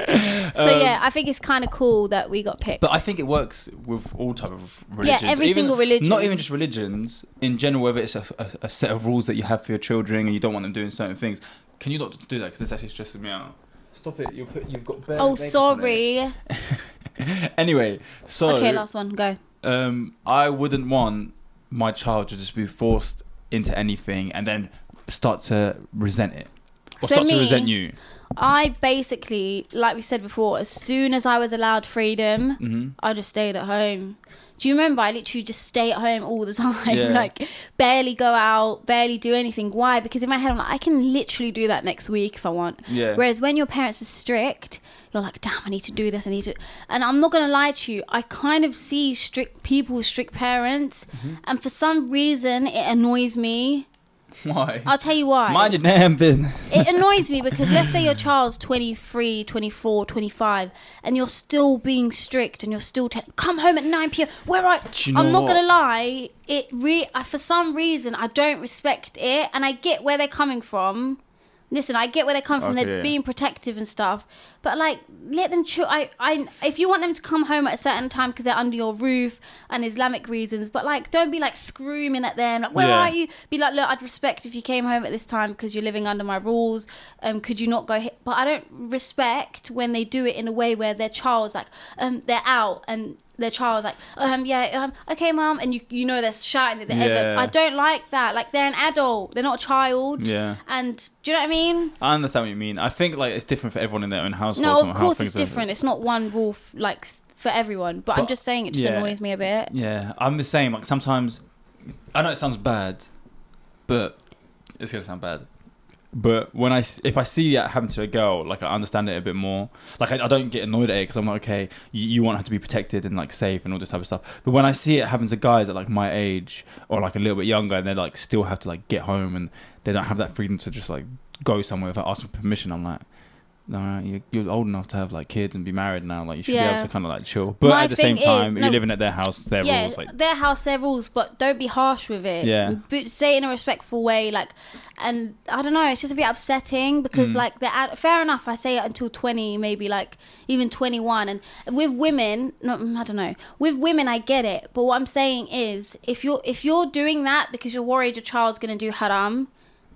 [SPEAKER 2] So,
[SPEAKER 1] Um,
[SPEAKER 2] yeah, I think it's kind of cool that we got picked.
[SPEAKER 1] But I think it works with all type of religions.
[SPEAKER 2] every
[SPEAKER 1] Even-
[SPEAKER 2] single religion. Oh,
[SPEAKER 1] Not even just religions in general. Whether it's a, a, a set of rules that you have for your children and you don't want them doing certain things. Can you not do that? Because this actually stresses me out. Stop it! You put you've got. bare
[SPEAKER 2] oh,
[SPEAKER 1] makeup on
[SPEAKER 2] sorry.
[SPEAKER 1] it. (laughs) Anyway, so
[SPEAKER 2] okay, last one, go.
[SPEAKER 1] um, I wouldn't want my child to just be forced into anything and then start to resent it or
[SPEAKER 2] So
[SPEAKER 1] start to
[SPEAKER 2] me-
[SPEAKER 1] resent you.
[SPEAKER 2] I basically, like we said before, as soon as I was allowed freedom,
[SPEAKER 1] hmm
[SPEAKER 2] I just stayed at home. Do you remember? I literally just stay at home all the (laughs) time,
[SPEAKER 1] Yeah.
[SPEAKER 2] like barely go out, barely do anything. Why? Because in my head, I'm like, I can literally do that next week if I want. (laughs)
[SPEAKER 1] Yeah.
[SPEAKER 2] Whereas when your parents are strict, you're like, damn, I need to do this, I need to. And I'm not gonna lie to you, I kind of see
[SPEAKER 1] Mm-hmm.
[SPEAKER 2] strict people, strict parents, and for some reason, it annoys me.
[SPEAKER 1] Why?
[SPEAKER 2] I'll tell you why.
[SPEAKER 1] Mind your damn business.
[SPEAKER 2] it annoys me because let's say your child's 23 24 25 and you're still being strict and you're still te- come home at 9 p.m where are
[SPEAKER 1] Do you
[SPEAKER 2] i'm
[SPEAKER 1] know
[SPEAKER 2] not
[SPEAKER 1] what?
[SPEAKER 2] gonna lie it re I, for some reason i don't respect it and i get where they're coming from listen i get where they're coming from
[SPEAKER 1] Okay,
[SPEAKER 2] they're
[SPEAKER 1] yeah.
[SPEAKER 2] being protective and stuff but like let them chill I, I if you want them to come home at a certain time because they're under your roof and islamic reasons but like don't be like screaming at them like where
[SPEAKER 1] Yeah.
[SPEAKER 2] are you be like, look, I'd respect if you came home at this time because you're living under my rules. Um, could you not go? Hit? But I don't respect when they do it in a way where their child's like, um, they're out and their child's like, um, yeah, um, okay, mom, and you you know they're shouting at the end.
[SPEAKER 1] Yeah.
[SPEAKER 2] I don't like that. Like they're an adult, they're not a child.
[SPEAKER 1] Yeah.
[SPEAKER 2] And do you know what I mean?
[SPEAKER 1] I understand what you mean. I think like it's different for everyone in their own household.
[SPEAKER 2] No,
[SPEAKER 1] on
[SPEAKER 2] of
[SPEAKER 1] how
[SPEAKER 2] course it's
[SPEAKER 1] things are-
[SPEAKER 2] different. It's not one rule f- like s- for everyone. But, I'm
[SPEAKER 1] But-
[SPEAKER 2] just saying it just
[SPEAKER 1] yeah.
[SPEAKER 2] annoys me a bit.
[SPEAKER 1] Yeah, I'm the same. Like sometimes, I know it sounds bad, but it's gonna sound bad. But when I s- if I see that happen to a girl, like I understand it a bit more. Like I, I don't get annoyed at it because I'm like, okay, you, you want her to be protected and like safe and all this type of stuff. But when I see it happen to guys at like my age or like a little bit younger, and they like still have to like get home and they don't have that freedom to just like go somewhere without asking permission, I'm like. No, you're, you're old enough to have like kids and be married now. Like you should be
[SPEAKER 2] Yeah.
[SPEAKER 1] able to kind of like chill, but
[SPEAKER 2] My
[SPEAKER 1] at the same
[SPEAKER 2] thing is-
[SPEAKER 1] time,
[SPEAKER 2] no,
[SPEAKER 1] you're living at their house, it's their
[SPEAKER 2] yeah,
[SPEAKER 1] rules. Like
[SPEAKER 2] their house, their rules, but don't be harsh with it.
[SPEAKER 1] Yeah.
[SPEAKER 2] But say it in a respectful way, like, and I don't know, it's just a bit upsetting because,
[SPEAKER 1] Mm.
[SPEAKER 2] like, the ad- fair enough, I say it until 20, maybe like even 21. And with women, no, mm, I don't know, with women, I get it. But what I'm saying is, if you're if you're doing that because you're worried your child's gonna do haram,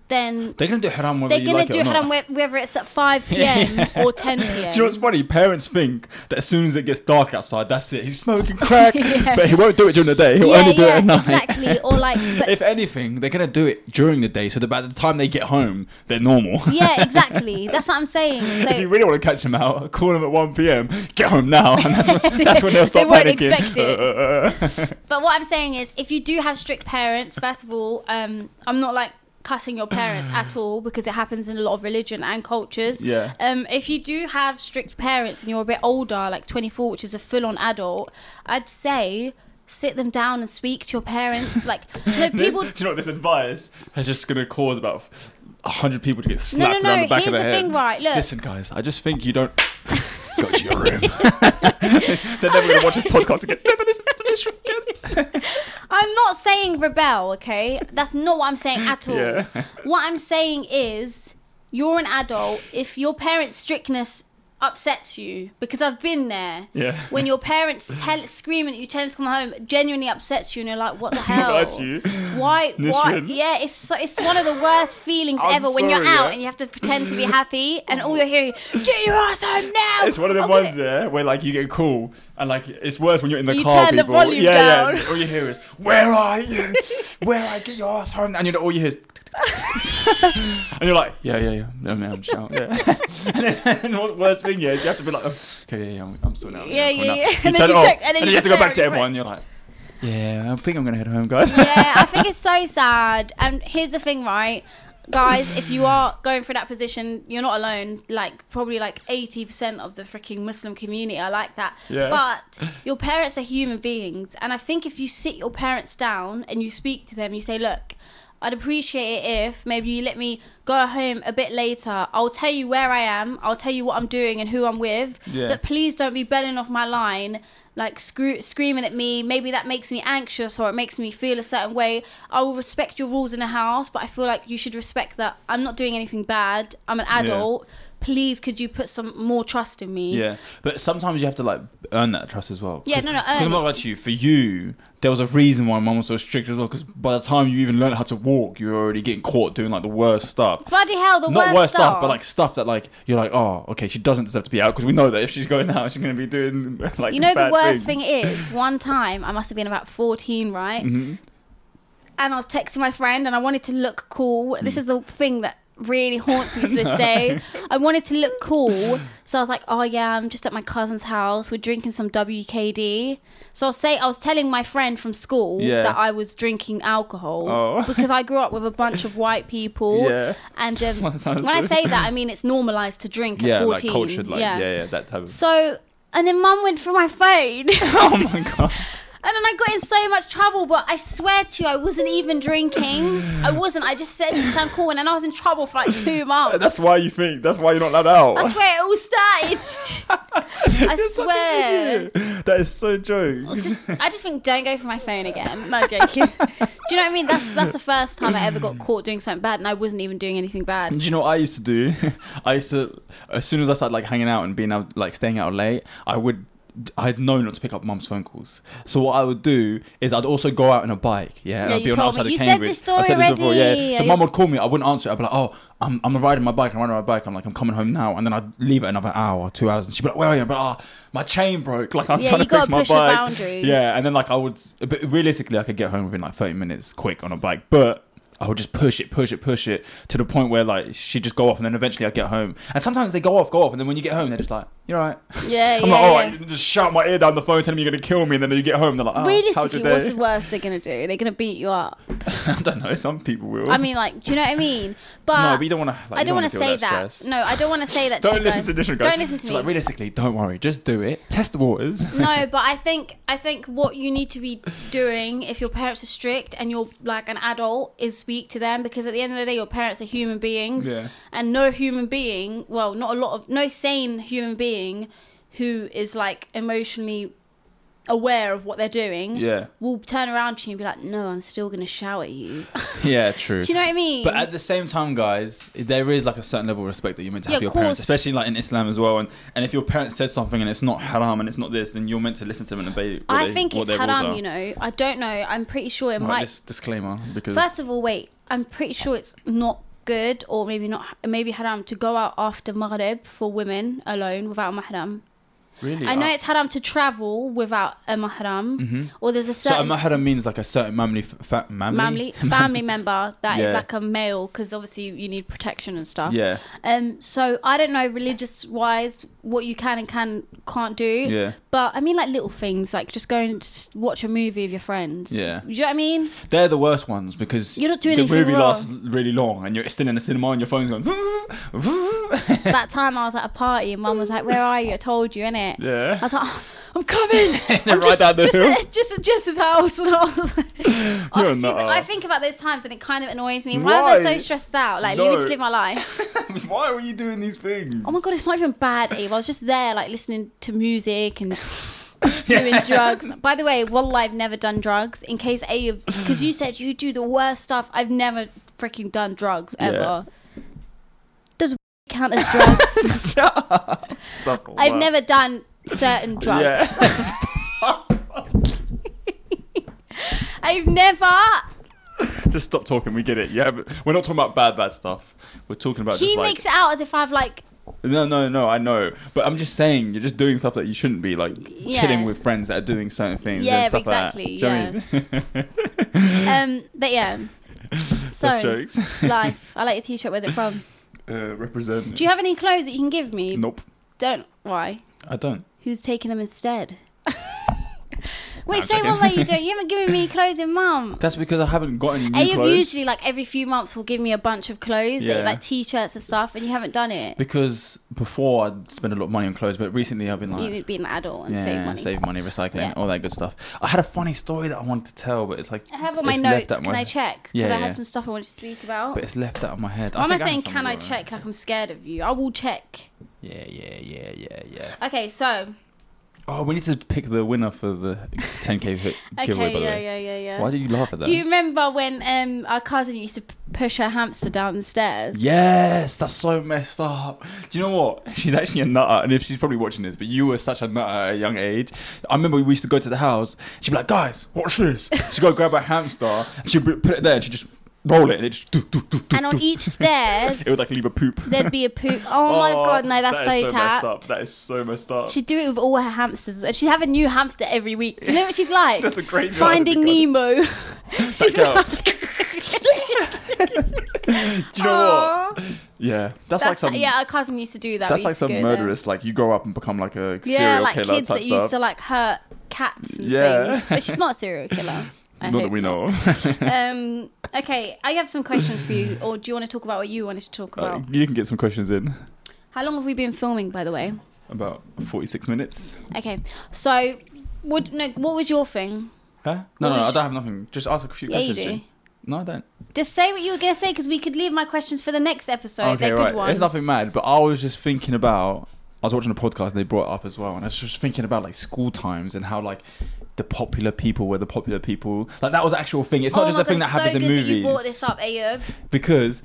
[SPEAKER 2] then
[SPEAKER 1] They're gonna do haram whether
[SPEAKER 2] they're
[SPEAKER 1] you
[SPEAKER 2] gonna
[SPEAKER 1] like
[SPEAKER 2] do
[SPEAKER 1] it or
[SPEAKER 2] haram
[SPEAKER 1] not.
[SPEAKER 2] whe- whether it's
[SPEAKER 1] (laughs)
[SPEAKER 2] at 5 p.m. or 10 p.m.
[SPEAKER 1] Do you know what's funny? Parents think that as soon as it gets dark outside, that's it. He's smoking crack,
[SPEAKER 2] (laughs) Yeah.
[SPEAKER 1] but he won't do it during the day. He'll only do it at night.
[SPEAKER 2] exactly.
[SPEAKER 1] (laughs)
[SPEAKER 2] Or like, but
[SPEAKER 1] If anything, they're gonna do it during the day, so that by the time they get home, they're normal.
[SPEAKER 2] yeah, exactly. That's what I'm saying.
[SPEAKER 1] (laughs)
[SPEAKER 2] So
[SPEAKER 1] if you really want to catch them out, call them at 1 p.m. Get home now, and that's, when- that's when they'll
[SPEAKER 2] (laughs) They
[SPEAKER 1] stop
[SPEAKER 2] won't
[SPEAKER 1] panicking. (laughs)
[SPEAKER 2] expect it. But what I'm saying is, if you do have strict parents, first of all, um, I'm not like cussing your parents
[SPEAKER 1] (sighs)
[SPEAKER 2] at all because it happens in a lot of religion and cultures.
[SPEAKER 1] Yeah.
[SPEAKER 2] Um, if you do have strict parents and you're a bit older, like 24, which is a full-on adult, I'd say sit them down and speak to your parents. like,
[SPEAKER 1] (laughs)
[SPEAKER 2] no, people.
[SPEAKER 1] do you know what this advice is just gonna cause about hundred people to get
[SPEAKER 2] No, no,
[SPEAKER 1] slapped around
[SPEAKER 2] no.
[SPEAKER 1] the back
[SPEAKER 2] Here's
[SPEAKER 1] of
[SPEAKER 2] the
[SPEAKER 1] their head?
[SPEAKER 2] thing, right? Look,
[SPEAKER 1] Listen, guys, I just think you
[SPEAKER 2] (laughs)
[SPEAKER 1] don't go to your room. (laughs) They're never going to watch
[SPEAKER 2] (laughs)
[SPEAKER 1] this podcast again. Never listen to this again.
[SPEAKER 2] I'm not saying rebel, okay? That's not what I'm saying at all.
[SPEAKER 1] Yeah.
[SPEAKER 2] What I'm saying is you're an adult. If your parents' strictness upsets you, because I've been there,
[SPEAKER 1] Yeah.
[SPEAKER 2] when your parents tell scream at you, tell them to come home, it genuinely upsets you, and you're like, what the hell?
[SPEAKER 1] Not you.
[SPEAKER 2] Why? Why?
[SPEAKER 1] Nisrin.
[SPEAKER 2] Yeah, it's so, it's one of the worst feelings
[SPEAKER 1] I'm
[SPEAKER 2] ever when you're
[SPEAKER 1] sorry,
[SPEAKER 2] out
[SPEAKER 1] yeah.
[SPEAKER 2] and you have to pretend to be happy, and all you're hearing, get your ass home now.
[SPEAKER 1] It's one of them
[SPEAKER 2] I'll get
[SPEAKER 1] ones
[SPEAKER 2] it."
[SPEAKER 1] there where like you get a call and like it's worse when you're in the
[SPEAKER 2] You
[SPEAKER 1] car.
[SPEAKER 2] turn the
[SPEAKER 1] people.
[SPEAKER 2] volume
[SPEAKER 1] yeah,
[SPEAKER 2] down.
[SPEAKER 1] yeah. All you hear is "Where are you? Where are you? Get your ass home!" And you know all you hear is, (laughs) and you're like, "Yeah, yeah, yeah. No, man, I'm just out." Yeah. (laughs) and then and what's worst thing yeah, is you have to be like, "Oh, "Okay, yeah, yeah, I'm, I'm sorting out."
[SPEAKER 2] Yeah,
[SPEAKER 1] I'm sorting
[SPEAKER 2] yeah,
[SPEAKER 1] out."
[SPEAKER 2] yeah. (laughs)
[SPEAKER 1] You
[SPEAKER 2] And then
[SPEAKER 1] turn
[SPEAKER 2] you
[SPEAKER 1] it off,
[SPEAKER 2] check- and then
[SPEAKER 1] and
[SPEAKER 2] you
[SPEAKER 1] you have to
[SPEAKER 2] just
[SPEAKER 1] go back to
[SPEAKER 2] say,
[SPEAKER 1] everyone. and You're like, "Yeah, I think I'm gonna head home, guys." (laughs)
[SPEAKER 2] yeah, I think it's so sad. And here's the thing, right? Guys, if you are going through that position, you're not alone. Like, probably like 80% of the freaking Muslim community are like that.
[SPEAKER 1] Yeah.
[SPEAKER 2] But your parents are human beings. And I think if you sit your parents down and you speak to them, you say, look, I'd appreciate it if maybe you let me go home a bit later. I'll tell you where I am. I'll tell you what I'm doing and who I'm with.
[SPEAKER 1] Yeah.
[SPEAKER 2] But please don't be belling off my line, like screw- screaming at me. Maybe that makes me anxious or it makes me feel a certain way. I will respect your rules in the house, but I feel like you should respect that I'm not doing anything bad. I'm an adult. Please, could you put some more trust in me?
[SPEAKER 1] Yeah, but sometimes you have to like earn that trust as well.
[SPEAKER 2] Yeah,
[SPEAKER 1] 'Cause-
[SPEAKER 2] no, no,
[SPEAKER 1] 'cause
[SPEAKER 2] earn
[SPEAKER 1] I'm not
[SPEAKER 2] it.
[SPEAKER 1] like you. For you, there was a reason why mum was so strict as well. Because by the time you even learned how to walk, you were already getting caught doing like the worst stuff.
[SPEAKER 2] Bloody hell, the
[SPEAKER 1] Not
[SPEAKER 2] worst,
[SPEAKER 1] worst stuff,
[SPEAKER 2] are-
[SPEAKER 1] but like stuff that like you're like, oh, okay, she doesn't deserve to be out because we know that if she's going out, she's going to be doing (laughs) like
[SPEAKER 2] you know the
[SPEAKER 1] bad
[SPEAKER 2] worst
[SPEAKER 1] things. Mm-hmm.
[SPEAKER 2] thing
[SPEAKER 1] (laughs)
[SPEAKER 2] is one time i must have been about 14 right and i was texting my friend and i wanted to look cool
[SPEAKER 1] Mm.
[SPEAKER 2] this is the thing that really haunts me to
[SPEAKER 1] (laughs)
[SPEAKER 2] this day i wanted to look cool so i was like oh yeah i'm just at my cousin's house we're drinking some wkd so i'll say i was telling my friend from school
[SPEAKER 1] Yeah.
[SPEAKER 2] that i was drinking alcohol
[SPEAKER 1] Oh. (laughs)
[SPEAKER 2] because i grew up with a bunch of white people
[SPEAKER 1] Yeah.
[SPEAKER 2] and
[SPEAKER 1] (laughs)
[SPEAKER 2] um,
[SPEAKER 1] That
[SPEAKER 2] when
[SPEAKER 1] sounds
[SPEAKER 2] i
[SPEAKER 1] so-
[SPEAKER 2] say that i mean it's normalized to drink
[SPEAKER 1] Yeah,
[SPEAKER 2] at
[SPEAKER 1] like
[SPEAKER 2] 14
[SPEAKER 1] cultured, like yeah, yeah, that type of.
[SPEAKER 2] (laughs) so, and then mum went through my phone.
[SPEAKER 1] (laughs) oh my god!
[SPEAKER 2] And then I got in so much trouble, but I swear to you, I wasn't even drinking. I wasn't. I just said I'm cool, and then I was in trouble for like two
[SPEAKER 1] (laughs)
[SPEAKER 2] months.
[SPEAKER 1] That's why you think. That's why you're not allowed out.
[SPEAKER 2] That's where it
[SPEAKER 1] (laughs)
[SPEAKER 2] all started. I
[SPEAKER 1] That's such
[SPEAKER 2] swear.
[SPEAKER 1] an idiot. (laughs) That is so joke.
[SPEAKER 2] It's just, I just think don't go for my phone again. No joking. (laughs) Do you know what I mean? That's that's the first time I ever got caught doing something bad, and I wasn't even doing anything bad.
[SPEAKER 1] Do you know what I used to do? (laughs) I used to, as soon as I started like hanging out and being out, like staying out late, I would, I'd know not to pick up mum's phone calls. So what I would do is I'd also go out on a bike, yeah, and
[SPEAKER 2] Yeah,
[SPEAKER 1] I'd
[SPEAKER 2] you
[SPEAKER 1] be on the
[SPEAKER 2] told
[SPEAKER 1] outside
[SPEAKER 2] me.
[SPEAKER 1] of
[SPEAKER 2] You said
[SPEAKER 1] Cambridge.
[SPEAKER 2] this story
[SPEAKER 1] I said this before, yeah.
[SPEAKER 2] already.
[SPEAKER 1] So
[SPEAKER 2] Yeah.
[SPEAKER 1] mum would call me, I wouldn't answer. I'd be like, oh, I'm, I'm riding my bike, I'm riding my bike. I'm like, I'm coming home now, and then I'd leave it another hour, two hours, and she'd be like, where are you? But ah, my chain broke. Like I'm (laughs)
[SPEAKER 2] Yeah,
[SPEAKER 1] trying
[SPEAKER 2] you
[SPEAKER 1] to fix
[SPEAKER 2] gotta
[SPEAKER 1] my
[SPEAKER 2] push the
[SPEAKER 1] bike.
[SPEAKER 2] boundaries.
[SPEAKER 1] Yeah, and then like I would, but realistically, I could get home within like 30 minutes quick on a bike, but I would just push it, push it, push it to the point where like she'd just go off, and then eventually I'd get home. And sometimes they go off, go off, and then when you get home, they're just like, "You're right."
[SPEAKER 2] Yeah,
[SPEAKER 1] (laughs) I'm
[SPEAKER 2] yeah,
[SPEAKER 1] like, "All
[SPEAKER 2] yeah.
[SPEAKER 1] right," just shout my ear down the phone, telling me you're gonna kill me, and then you get home, they're like, oh, "How's
[SPEAKER 2] Realistically,
[SPEAKER 1] your
[SPEAKER 2] what's
[SPEAKER 1] day?"
[SPEAKER 2] the worst they're gonna do? They're gonna beat you up.
[SPEAKER 1] (laughs) I don't know. Some people will.
[SPEAKER 2] I mean, like, do you know what
[SPEAKER 1] (laughs)
[SPEAKER 2] I mean? But,
[SPEAKER 1] no, but you don't want to. Like,
[SPEAKER 2] I don't
[SPEAKER 1] want
[SPEAKER 2] to say that. No, I don't want to say that.
[SPEAKER 1] Don't
[SPEAKER 2] you
[SPEAKER 1] listen
[SPEAKER 2] guys.
[SPEAKER 1] to this, guys.
[SPEAKER 2] Don't listen
[SPEAKER 1] It's
[SPEAKER 2] to me. Mm-hmm.
[SPEAKER 1] Like, realistically, don't worry. Just do it. Test the waters.
[SPEAKER 2] no, but I think I think what you need to be doing if your parents are strict and you're like an adult is speak to them because at the end of the day your parents are human beings
[SPEAKER 1] Yeah.
[SPEAKER 2] and no human being, well, not a lot of no sane human being who is like emotionally aware of what they're doing
[SPEAKER 1] (laughs) Yeah.
[SPEAKER 2] will turn around to you and be like, "No, I'm still going to shout at you."
[SPEAKER 1] yeah, true.
[SPEAKER 2] Do you know what I mean?
[SPEAKER 1] But at the same time, guys, there is like a certain level of respect that you're meant to have
[SPEAKER 2] Yeah,
[SPEAKER 1] for your
[SPEAKER 2] of course.
[SPEAKER 1] parents, especially like in Islam as well. And, and if your parents says something and it's not haram and it's not this, then you're meant to listen to them and obey. What
[SPEAKER 2] I
[SPEAKER 1] they,
[SPEAKER 2] think
[SPEAKER 1] what
[SPEAKER 2] it's
[SPEAKER 1] their rules
[SPEAKER 2] haram,
[SPEAKER 1] are.
[SPEAKER 2] you know. I don't know. I'm pretty sure it
[SPEAKER 1] Right,
[SPEAKER 2] might
[SPEAKER 1] this disclaimer because
[SPEAKER 2] First of all, wait. I'm pretty sure it's not good, or maybe not. Maybe haram to go out after Maghrib for women alone without a mahram.
[SPEAKER 1] really,
[SPEAKER 2] I know it's haram to travel without a mahram, or there's a
[SPEAKER 1] Mm. Mm-hmm. so a
[SPEAKER 2] certain
[SPEAKER 1] mahram means like a certain family, f- fa- (laughs)
[SPEAKER 2] family
[SPEAKER 1] mamli?
[SPEAKER 2] family member that is
[SPEAKER 1] Yeah.
[SPEAKER 2] like a male, because obviously you need protection and stuff.
[SPEAKER 1] Yeah,
[SPEAKER 2] Um. So I don't know religious wise what you can and can can't do.
[SPEAKER 1] yeah.
[SPEAKER 2] But I mean, like little things, like just go and just watch a movie with your friends.
[SPEAKER 1] Yeah.
[SPEAKER 2] Do you know what I mean?
[SPEAKER 1] They're the worst ones because
[SPEAKER 2] You're not doing
[SPEAKER 1] the
[SPEAKER 2] anything
[SPEAKER 1] movie
[SPEAKER 2] wrong.
[SPEAKER 1] lasts really long and you're still in the cinema and your phone's
[SPEAKER 2] (laughs)
[SPEAKER 1] going. (laughs)
[SPEAKER 2] that time I was at a party and mum was like, Where are you? I told you, innit?
[SPEAKER 1] yeah. (laughs)
[SPEAKER 2] I was like, "Oh, I'm coming. I'm
[SPEAKER 1] right
[SPEAKER 2] just,
[SPEAKER 1] down the
[SPEAKER 2] just,
[SPEAKER 1] hill.
[SPEAKER 2] at, just at Jess's house. And I, was
[SPEAKER 1] (laughs)
[SPEAKER 2] like, honestly,
[SPEAKER 1] nut.
[SPEAKER 2] I think about those times and it kind of annoys me. Why, was I
[SPEAKER 1] Why?
[SPEAKER 2] so stressed out? Like,
[SPEAKER 1] No.
[SPEAKER 2] leave me to live my life.
[SPEAKER 1] Why were you doing these things? (laughs)
[SPEAKER 2] Oh my God, it's not even bad, Eve. I was just there, like, listening to
[SPEAKER 1] (laughs)
[SPEAKER 2] music and. Doing drugs. By the way, Wallah, I've never done drugs. In case A, because you said you do the worst stuff. I've never freaking done drugs
[SPEAKER 1] Yeah.
[SPEAKER 2] ever. Does (laughs) count as drugs?
[SPEAKER 1] Shut up. Stop all
[SPEAKER 2] I've
[SPEAKER 1] that.
[SPEAKER 2] never done certain drugs.
[SPEAKER 1] (laughs) Yeah.
[SPEAKER 2] (laughs) I've never.
[SPEAKER 1] just stop talking. We get it. Yeah, but we're not talking about bad, bad stuff. We're talking about
[SPEAKER 2] he
[SPEAKER 1] just like
[SPEAKER 2] makes it out as if I've like.
[SPEAKER 1] no, no, no. I know, but I'm just saying you're just doing stuff that you shouldn't be, like
[SPEAKER 2] Yeah.
[SPEAKER 1] chilling with friends that are doing certain things.
[SPEAKER 2] Yeah,
[SPEAKER 1] and stuff
[SPEAKER 2] exactly,
[SPEAKER 1] Like that. Do you know what I mean? (laughs)
[SPEAKER 2] Um, but yeah.
[SPEAKER 1] That's
[SPEAKER 2] So
[SPEAKER 1] jokes.
[SPEAKER 2] (laughs) life. I like your T-shirt. Where's it from?
[SPEAKER 1] Uh, represent.
[SPEAKER 2] Do you have any clothes that you can give me?
[SPEAKER 1] nope,
[SPEAKER 2] Don't. Why?
[SPEAKER 1] I don't.
[SPEAKER 2] Who's taking
[SPEAKER 1] (laughs)
[SPEAKER 2] them instead? Wait,
[SPEAKER 1] I'm
[SPEAKER 2] say
[SPEAKER 1] joking. (laughs)
[SPEAKER 2] one way you don't. You haven't given me any clothes in months.
[SPEAKER 1] That's because I haven't got any new
[SPEAKER 2] Ayub
[SPEAKER 1] clothes.
[SPEAKER 2] usually like every few months will give me a bunch of clothes,
[SPEAKER 1] Yeah.
[SPEAKER 2] like T-shirts and stuff, and you haven't done it.
[SPEAKER 1] Because before I'd spend a lot of money on clothes, but recently I've been like,
[SPEAKER 2] You'd be an adult and
[SPEAKER 1] yeah,
[SPEAKER 2] save money.
[SPEAKER 1] recycling,
[SPEAKER 2] Yeah.
[SPEAKER 1] all that good stuff. I had a funny story that I wanted to tell, but it's like
[SPEAKER 2] I have on my
[SPEAKER 1] it's left
[SPEAKER 2] notes.
[SPEAKER 1] out
[SPEAKER 2] Can
[SPEAKER 1] my-
[SPEAKER 2] I check? Because
[SPEAKER 1] Yeah,
[SPEAKER 2] I
[SPEAKER 1] yeah.
[SPEAKER 2] had some stuff I wanted to speak about.
[SPEAKER 1] But it's left out of my head.
[SPEAKER 2] Why am I
[SPEAKER 1] think have
[SPEAKER 2] saying,
[SPEAKER 1] some
[SPEAKER 2] can I
[SPEAKER 1] as well.
[SPEAKER 2] check? Like, I'm scared of you. I will check.
[SPEAKER 1] Yeah, yeah, yeah, yeah, yeah.
[SPEAKER 2] Okay, so.
[SPEAKER 1] Oh, we need to pick the winner for the 10k hit
[SPEAKER 2] (laughs) Okay,
[SPEAKER 1] giveaway. By the
[SPEAKER 2] yeah,
[SPEAKER 1] way,
[SPEAKER 2] yeah, yeah, yeah.
[SPEAKER 1] why did you laugh at that?
[SPEAKER 2] Do you remember when um, our cousin used to p- push her hamster down the stairs?
[SPEAKER 1] Yes, that's so messed up. Do you know what? (laughs) She's actually a nutter, and if she's probably watching this, but you were such a nutter at a young age. I remember we used to go to the house. She'd be like, "Guys, watch
[SPEAKER 2] (laughs)
[SPEAKER 1] this." She'd go grab a hamster, and she'd put it there, and she'd just roll it, and it just do do do do.
[SPEAKER 2] And
[SPEAKER 1] (laughs)
[SPEAKER 2] on each stairs,
[SPEAKER 1] It would like leave a poop.
[SPEAKER 2] there'd be a poop.
[SPEAKER 1] (laughs)
[SPEAKER 2] Oh, my god, no, that's
[SPEAKER 1] that
[SPEAKER 2] so,
[SPEAKER 1] is so messed
[SPEAKER 2] tapped.
[SPEAKER 1] up. That is so messed up.
[SPEAKER 2] She'd do it with all her hamsters. And she'd have a new hamster every week. You know what she's
[SPEAKER 1] (laughs) (laughs)
[SPEAKER 2] like?
[SPEAKER 1] That's a great visual,
[SPEAKER 2] Finding
[SPEAKER 1] oh my
[SPEAKER 2] Nemo. (laughs) she's
[SPEAKER 1] girl. (laughs) Do you know what?
[SPEAKER 2] Aw.
[SPEAKER 1] Yeah, that's, like
[SPEAKER 2] That's
[SPEAKER 1] some.
[SPEAKER 2] yeah, our cousin used to do that.
[SPEAKER 1] That's
[SPEAKER 2] We
[SPEAKER 1] like
[SPEAKER 2] used to
[SPEAKER 1] some
[SPEAKER 2] go there.
[SPEAKER 1] murderous. Like you grow up and become like a
[SPEAKER 2] Yeah,
[SPEAKER 1] serial
[SPEAKER 2] like
[SPEAKER 1] killer
[SPEAKER 2] kids
[SPEAKER 1] type
[SPEAKER 2] that used
[SPEAKER 1] stuff.
[SPEAKER 2] to like hurt cats and
[SPEAKER 1] Yeah.
[SPEAKER 2] things. But she's not
[SPEAKER 1] (laughs)
[SPEAKER 2] a serial killer. I
[SPEAKER 1] Not that
[SPEAKER 2] hope
[SPEAKER 1] we know. of.
[SPEAKER 2] Um, okay, I have some questions for you, or do you want to talk about what you wanted to talk about?
[SPEAKER 1] Uh, (laughs) you can get some questions in
[SPEAKER 2] How long have we been filming, by the way?
[SPEAKER 1] about 46 minutes.
[SPEAKER 2] Okay, so What, no, what was your thing?
[SPEAKER 1] Huh? No,
[SPEAKER 2] What
[SPEAKER 1] no, no,
[SPEAKER 2] is-
[SPEAKER 1] I don't have nothing. Just ask a few
[SPEAKER 2] Yeah, you
[SPEAKER 1] questions.
[SPEAKER 2] do.
[SPEAKER 1] Jane. No, I don't.
[SPEAKER 2] Just say what you were gonna say because we could leave my questions for the next episode.
[SPEAKER 1] Oh, okay,
[SPEAKER 2] They're
[SPEAKER 1] right.
[SPEAKER 2] good ones.
[SPEAKER 1] It's nothing mad, but I was just thinking about. I was watching a podcast and they brought it up as well, and I was just thinking about like school times and how like the popular people were the popular people. Like that was an actual thing. It's not
[SPEAKER 2] oh
[SPEAKER 1] just
[SPEAKER 2] my
[SPEAKER 1] a thing
[SPEAKER 2] God,
[SPEAKER 1] that happens
[SPEAKER 2] so
[SPEAKER 1] in
[SPEAKER 2] good
[SPEAKER 1] movies.
[SPEAKER 2] That you brought this up, Ayub.
[SPEAKER 1] because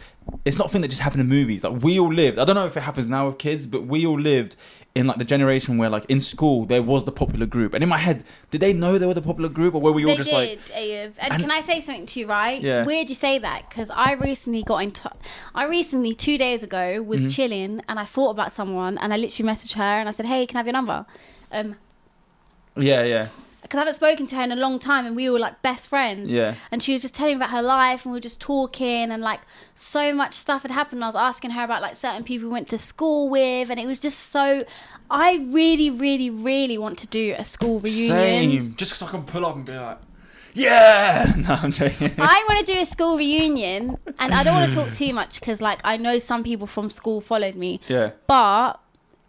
[SPEAKER 1] it's not a thing that just happened in movies. Like we all lived. I don't know if it happens now with kids, but we all lived in like the generation where like in school there was the popular group. And in my head, did they know they were the popular group, or were we all
[SPEAKER 2] They
[SPEAKER 1] just
[SPEAKER 2] did,
[SPEAKER 1] like?
[SPEAKER 2] Ayub. And,
[SPEAKER 1] And-
[SPEAKER 2] can I say something to you, right?
[SPEAKER 1] Yeah.
[SPEAKER 2] Weird you say that because I recently got in touch. I recently, two days ago, was
[SPEAKER 1] Mm-hmm.
[SPEAKER 2] chilling and I thought about someone and I literally messaged her and I said, hey, can I have your number? Um,
[SPEAKER 1] Yeah, yeah,
[SPEAKER 2] because I haven't spoken to her in a long time and we were like best friends.
[SPEAKER 1] yeah.
[SPEAKER 2] And she was just telling me about her life and we were just talking and like so much stuff had happened. I was asking her about like certain people we went to school with and it was just so. I really, really, really want to do a school reunion.
[SPEAKER 1] Same. Just because I can pull up and be like, yeah. (laughs) No, I'm joking.
[SPEAKER 2] I want to do a school reunion, and I don't want to talk too much because, like, I know some people from school followed me,
[SPEAKER 1] yeah.
[SPEAKER 2] but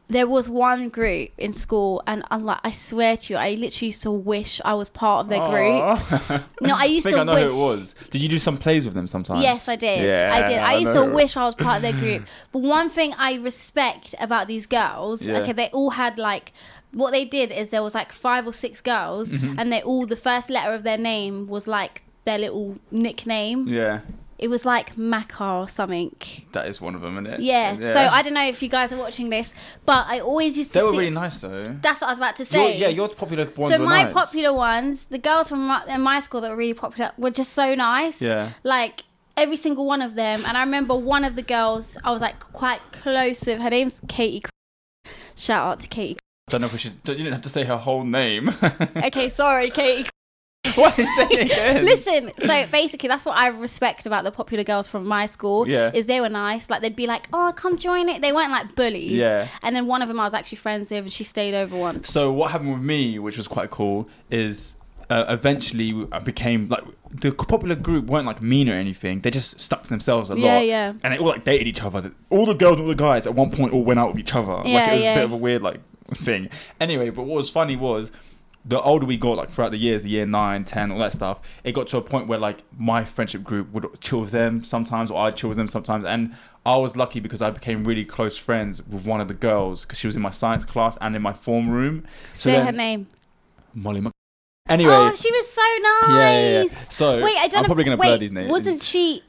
[SPEAKER 2] there was one group in school, and I'm like, I swear to you, I literally used to wish I was part of their group.
[SPEAKER 1] (laughs) group.
[SPEAKER 2] No, I used
[SPEAKER 1] think
[SPEAKER 2] to
[SPEAKER 1] I know
[SPEAKER 2] wish.
[SPEAKER 1] who it was. Did you do some plays with them sometimes?
[SPEAKER 2] Yes, I did.
[SPEAKER 1] Yeah,
[SPEAKER 2] I did. I, used
[SPEAKER 1] know.
[SPEAKER 2] to wish I was part of their
[SPEAKER 1] (laughs)
[SPEAKER 2] group. But one thing I respect about these girls,
[SPEAKER 1] Yeah.
[SPEAKER 2] okay, they all had like what they did is there was like five or six girls,
[SPEAKER 1] Mm-hmm.
[SPEAKER 2] and they all the first letter of their name was like their little nickname.
[SPEAKER 1] Yeah,
[SPEAKER 2] It was like Maca or something.
[SPEAKER 1] that is one of them, isn't it?
[SPEAKER 2] Yeah. So I don't know if you guys are watching this, but I always used to.
[SPEAKER 1] They were
[SPEAKER 2] see-
[SPEAKER 1] really nice though.
[SPEAKER 2] That's what I was about to
[SPEAKER 1] Your,
[SPEAKER 2] say.
[SPEAKER 1] yeah, your popular ones
[SPEAKER 2] So
[SPEAKER 1] were
[SPEAKER 2] my
[SPEAKER 1] nice.
[SPEAKER 2] popular ones, the girls from my, in my school that were really popular, were just so nice.
[SPEAKER 1] Yeah.
[SPEAKER 2] Like every single one of them, and I remember one of the girls I was like quite close with. Her name's Katie. Shout out to Katie.
[SPEAKER 1] I don't know if we should. You didn't have to say her whole
[SPEAKER 2] (laughs)
[SPEAKER 1] name. (laughs)
[SPEAKER 2] Okay, sorry, Katie.
[SPEAKER 1] Why is it again?
[SPEAKER 2] (laughs) Listen, so basically, that's what I respect about the popular girls from my school.
[SPEAKER 1] Yeah.
[SPEAKER 2] Is they were nice. Like they'd be like, "Oh, come join it." They weren't like bullies.
[SPEAKER 1] Yeah.
[SPEAKER 2] And then one of them I was actually friends with, and she stayed over once.
[SPEAKER 1] So what happened with me, which was quite cool, is uh, eventually I became like the popular group weren't like mean or anything. They just stuck to themselves a
[SPEAKER 2] Yeah,
[SPEAKER 1] lot.
[SPEAKER 2] yeah.
[SPEAKER 1] And they all like dated each other. All the girls and all the guys at one point all went out with each other. like
[SPEAKER 2] Yeah,
[SPEAKER 1] it was
[SPEAKER 2] yeah.
[SPEAKER 1] a bit of a weird like thing. Anyway, but what was funny was the older we got, like throughout the years, the year nine, ten, all that stuff, it got to a point where like my friendship group would chill with them sometimes, or I'd chill with them sometimes. And I was lucky because I became really close friends with one of the girls because she was in my science class and in my form room. So
[SPEAKER 2] Say
[SPEAKER 1] then-
[SPEAKER 2] her name.
[SPEAKER 1] Molly Mc. Anyway,
[SPEAKER 2] Oh, she was so nice.
[SPEAKER 1] yeah, yeah, yeah. So
[SPEAKER 2] Wait, I don't.
[SPEAKER 1] I'm
[SPEAKER 2] know-
[SPEAKER 1] probably gonna
[SPEAKER 2] wait,
[SPEAKER 1] blur these names.
[SPEAKER 2] Wasn't she?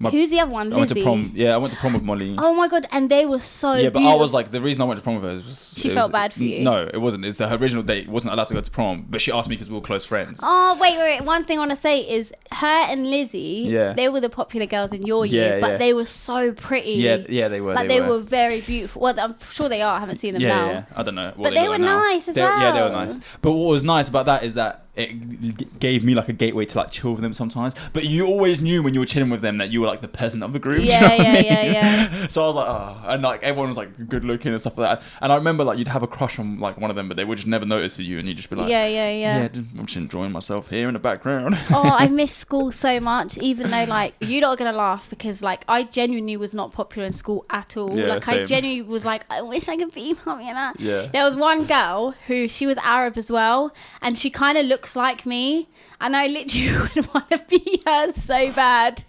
[SPEAKER 1] My-
[SPEAKER 2] who's the other one?
[SPEAKER 1] I went to
[SPEAKER 2] Lizzie.
[SPEAKER 1] prom. Yeah, I went to prom with Molly.
[SPEAKER 2] Oh my god! And they were so.
[SPEAKER 1] yeah, but I
[SPEAKER 2] Oh, beautiful.
[SPEAKER 1] was like, the reason I went to prom with her was
[SPEAKER 2] She
[SPEAKER 1] it
[SPEAKER 2] felt
[SPEAKER 1] was-
[SPEAKER 2] bad for you.
[SPEAKER 1] No, it wasn't. It's her original date. wasn't allowed to go to prom, but she asked me because we were close friends.
[SPEAKER 2] Oh wait, wait, wait! One thing I want to say is her and Lizzie.
[SPEAKER 1] Yeah.
[SPEAKER 2] They were the popular girls in your
[SPEAKER 1] Yeah,
[SPEAKER 2] year, but
[SPEAKER 1] yeah.
[SPEAKER 2] they were so pretty.
[SPEAKER 1] yeah, yeah, they were.
[SPEAKER 2] Like they, were. very beautiful. Well, I'm sure they are. I haven't seen them
[SPEAKER 1] Yeah,
[SPEAKER 2] now.
[SPEAKER 1] yeah, yeah. I don't know. What
[SPEAKER 2] But they
[SPEAKER 1] look
[SPEAKER 2] were
[SPEAKER 1] like now.
[SPEAKER 2] nice as
[SPEAKER 1] They- Yeah, they were
[SPEAKER 2] well.
[SPEAKER 1] nice. But what was nice about that is that it g- gave me like a gateway to like chill with them sometimes. But you always knew when you were chilling with them that you were like the peasant of the group. (laughs) do you
[SPEAKER 2] Yeah,
[SPEAKER 1] know what I
[SPEAKER 2] yeah, yeah,
[SPEAKER 1] mean? (laughs)
[SPEAKER 2] yeah.
[SPEAKER 1] So I was like, oh, and like everyone was like good looking and stuff like that. And I remember like you'd have a crush on like one of them, but they would just never notice you, and you'd just be like,
[SPEAKER 2] yeah, yeah,
[SPEAKER 1] yeah,
[SPEAKER 2] yeah.
[SPEAKER 1] just- I'm just enjoying myself here in the background. (laughs)
[SPEAKER 2] oh, I miss school so much. Even though, like, you're not gonna laugh because, like, I genuinely was not popular in school at all.
[SPEAKER 1] Yeah,
[SPEAKER 2] like, I
[SPEAKER 1] same.
[SPEAKER 2] genuinely was like, I wish I could be (laughs) popular.
[SPEAKER 1] Yeah.
[SPEAKER 2] There was one girl who she was Arab as well, and she kind of looks like me, and I literally (laughs) would want to be her so bad.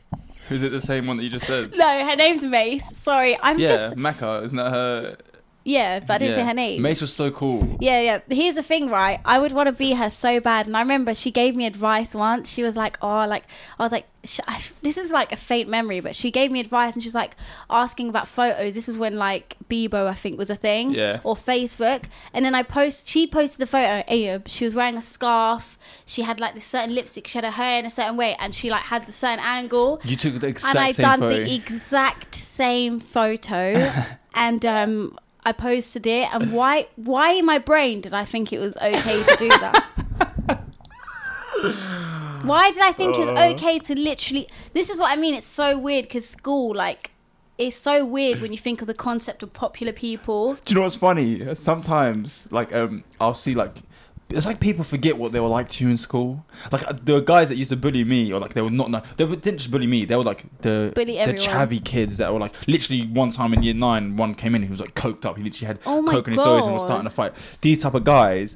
[SPEAKER 1] Is it the same one that you just said?
[SPEAKER 2] No, her name's Mace. Sorry, I'm
[SPEAKER 1] yeah,
[SPEAKER 2] just
[SPEAKER 1] Mecca, isn't that her?
[SPEAKER 2] yeah, but I didn't
[SPEAKER 1] yeah.
[SPEAKER 2] say her name.
[SPEAKER 1] Mace was so cool.
[SPEAKER 2] Yeah, yeah. Here's the thing, right? I would want to be her so bad. And I remember she gave me advice once. She was like, oh, like, I was like, sh- I, this is like a faint memory, but she gave me advice and she was like asking about photos. This was when like Bebo, I think, was a thing.
[SPEAKER 1] Yeah.
[SPEAKER 2] Or Facebook. And then I post, she posted a photo, Ayub. She was wearing a scarf. She had like this certain lipstick. She had her hair in a certain way and she like had the certain angle
[SPEAKER 1] You took the exact
[SPEAKER 2] and I
[SPEAKER 1] same
[SPEAKER 2] done
[SPEAKER 1] photo.
[SPEAKER 2] the e- exact
[SPEAKER 1] (laughs)
[SPEAKER 2] same photo, and um, I posted it. And why? Why in my brain did I think it was okay to do that? why did I think it
[SPEAKER 1] Oh.
[SPEAKER 2] was okay to literally? This is what I mean. It's so weird because school, like, it's so weird when you think of the concept of popular people.
[SPEAKER 1] Do you know what's funny? Sometimes, like, um, I'll see like. It's like people forget what they were like to you in school. Like uh, there were guys that used to bully me, or like they were not. ni- They were- didn't just bully me. They were like the
[SPEAKER 2] Bully
[SPEAKER 1] the
[SPEAKER 2] everyone.
[SPEAKER 1] chavvy kids that were like literally one time in year nine, one came in who was like coked up. He literally had
[SPEAKER 2] Oh my
[SPEAKER 1] coke in his nose and was
[SPEAKER 2] God.
[SPEAKER 1] starting to fight. These type of guys,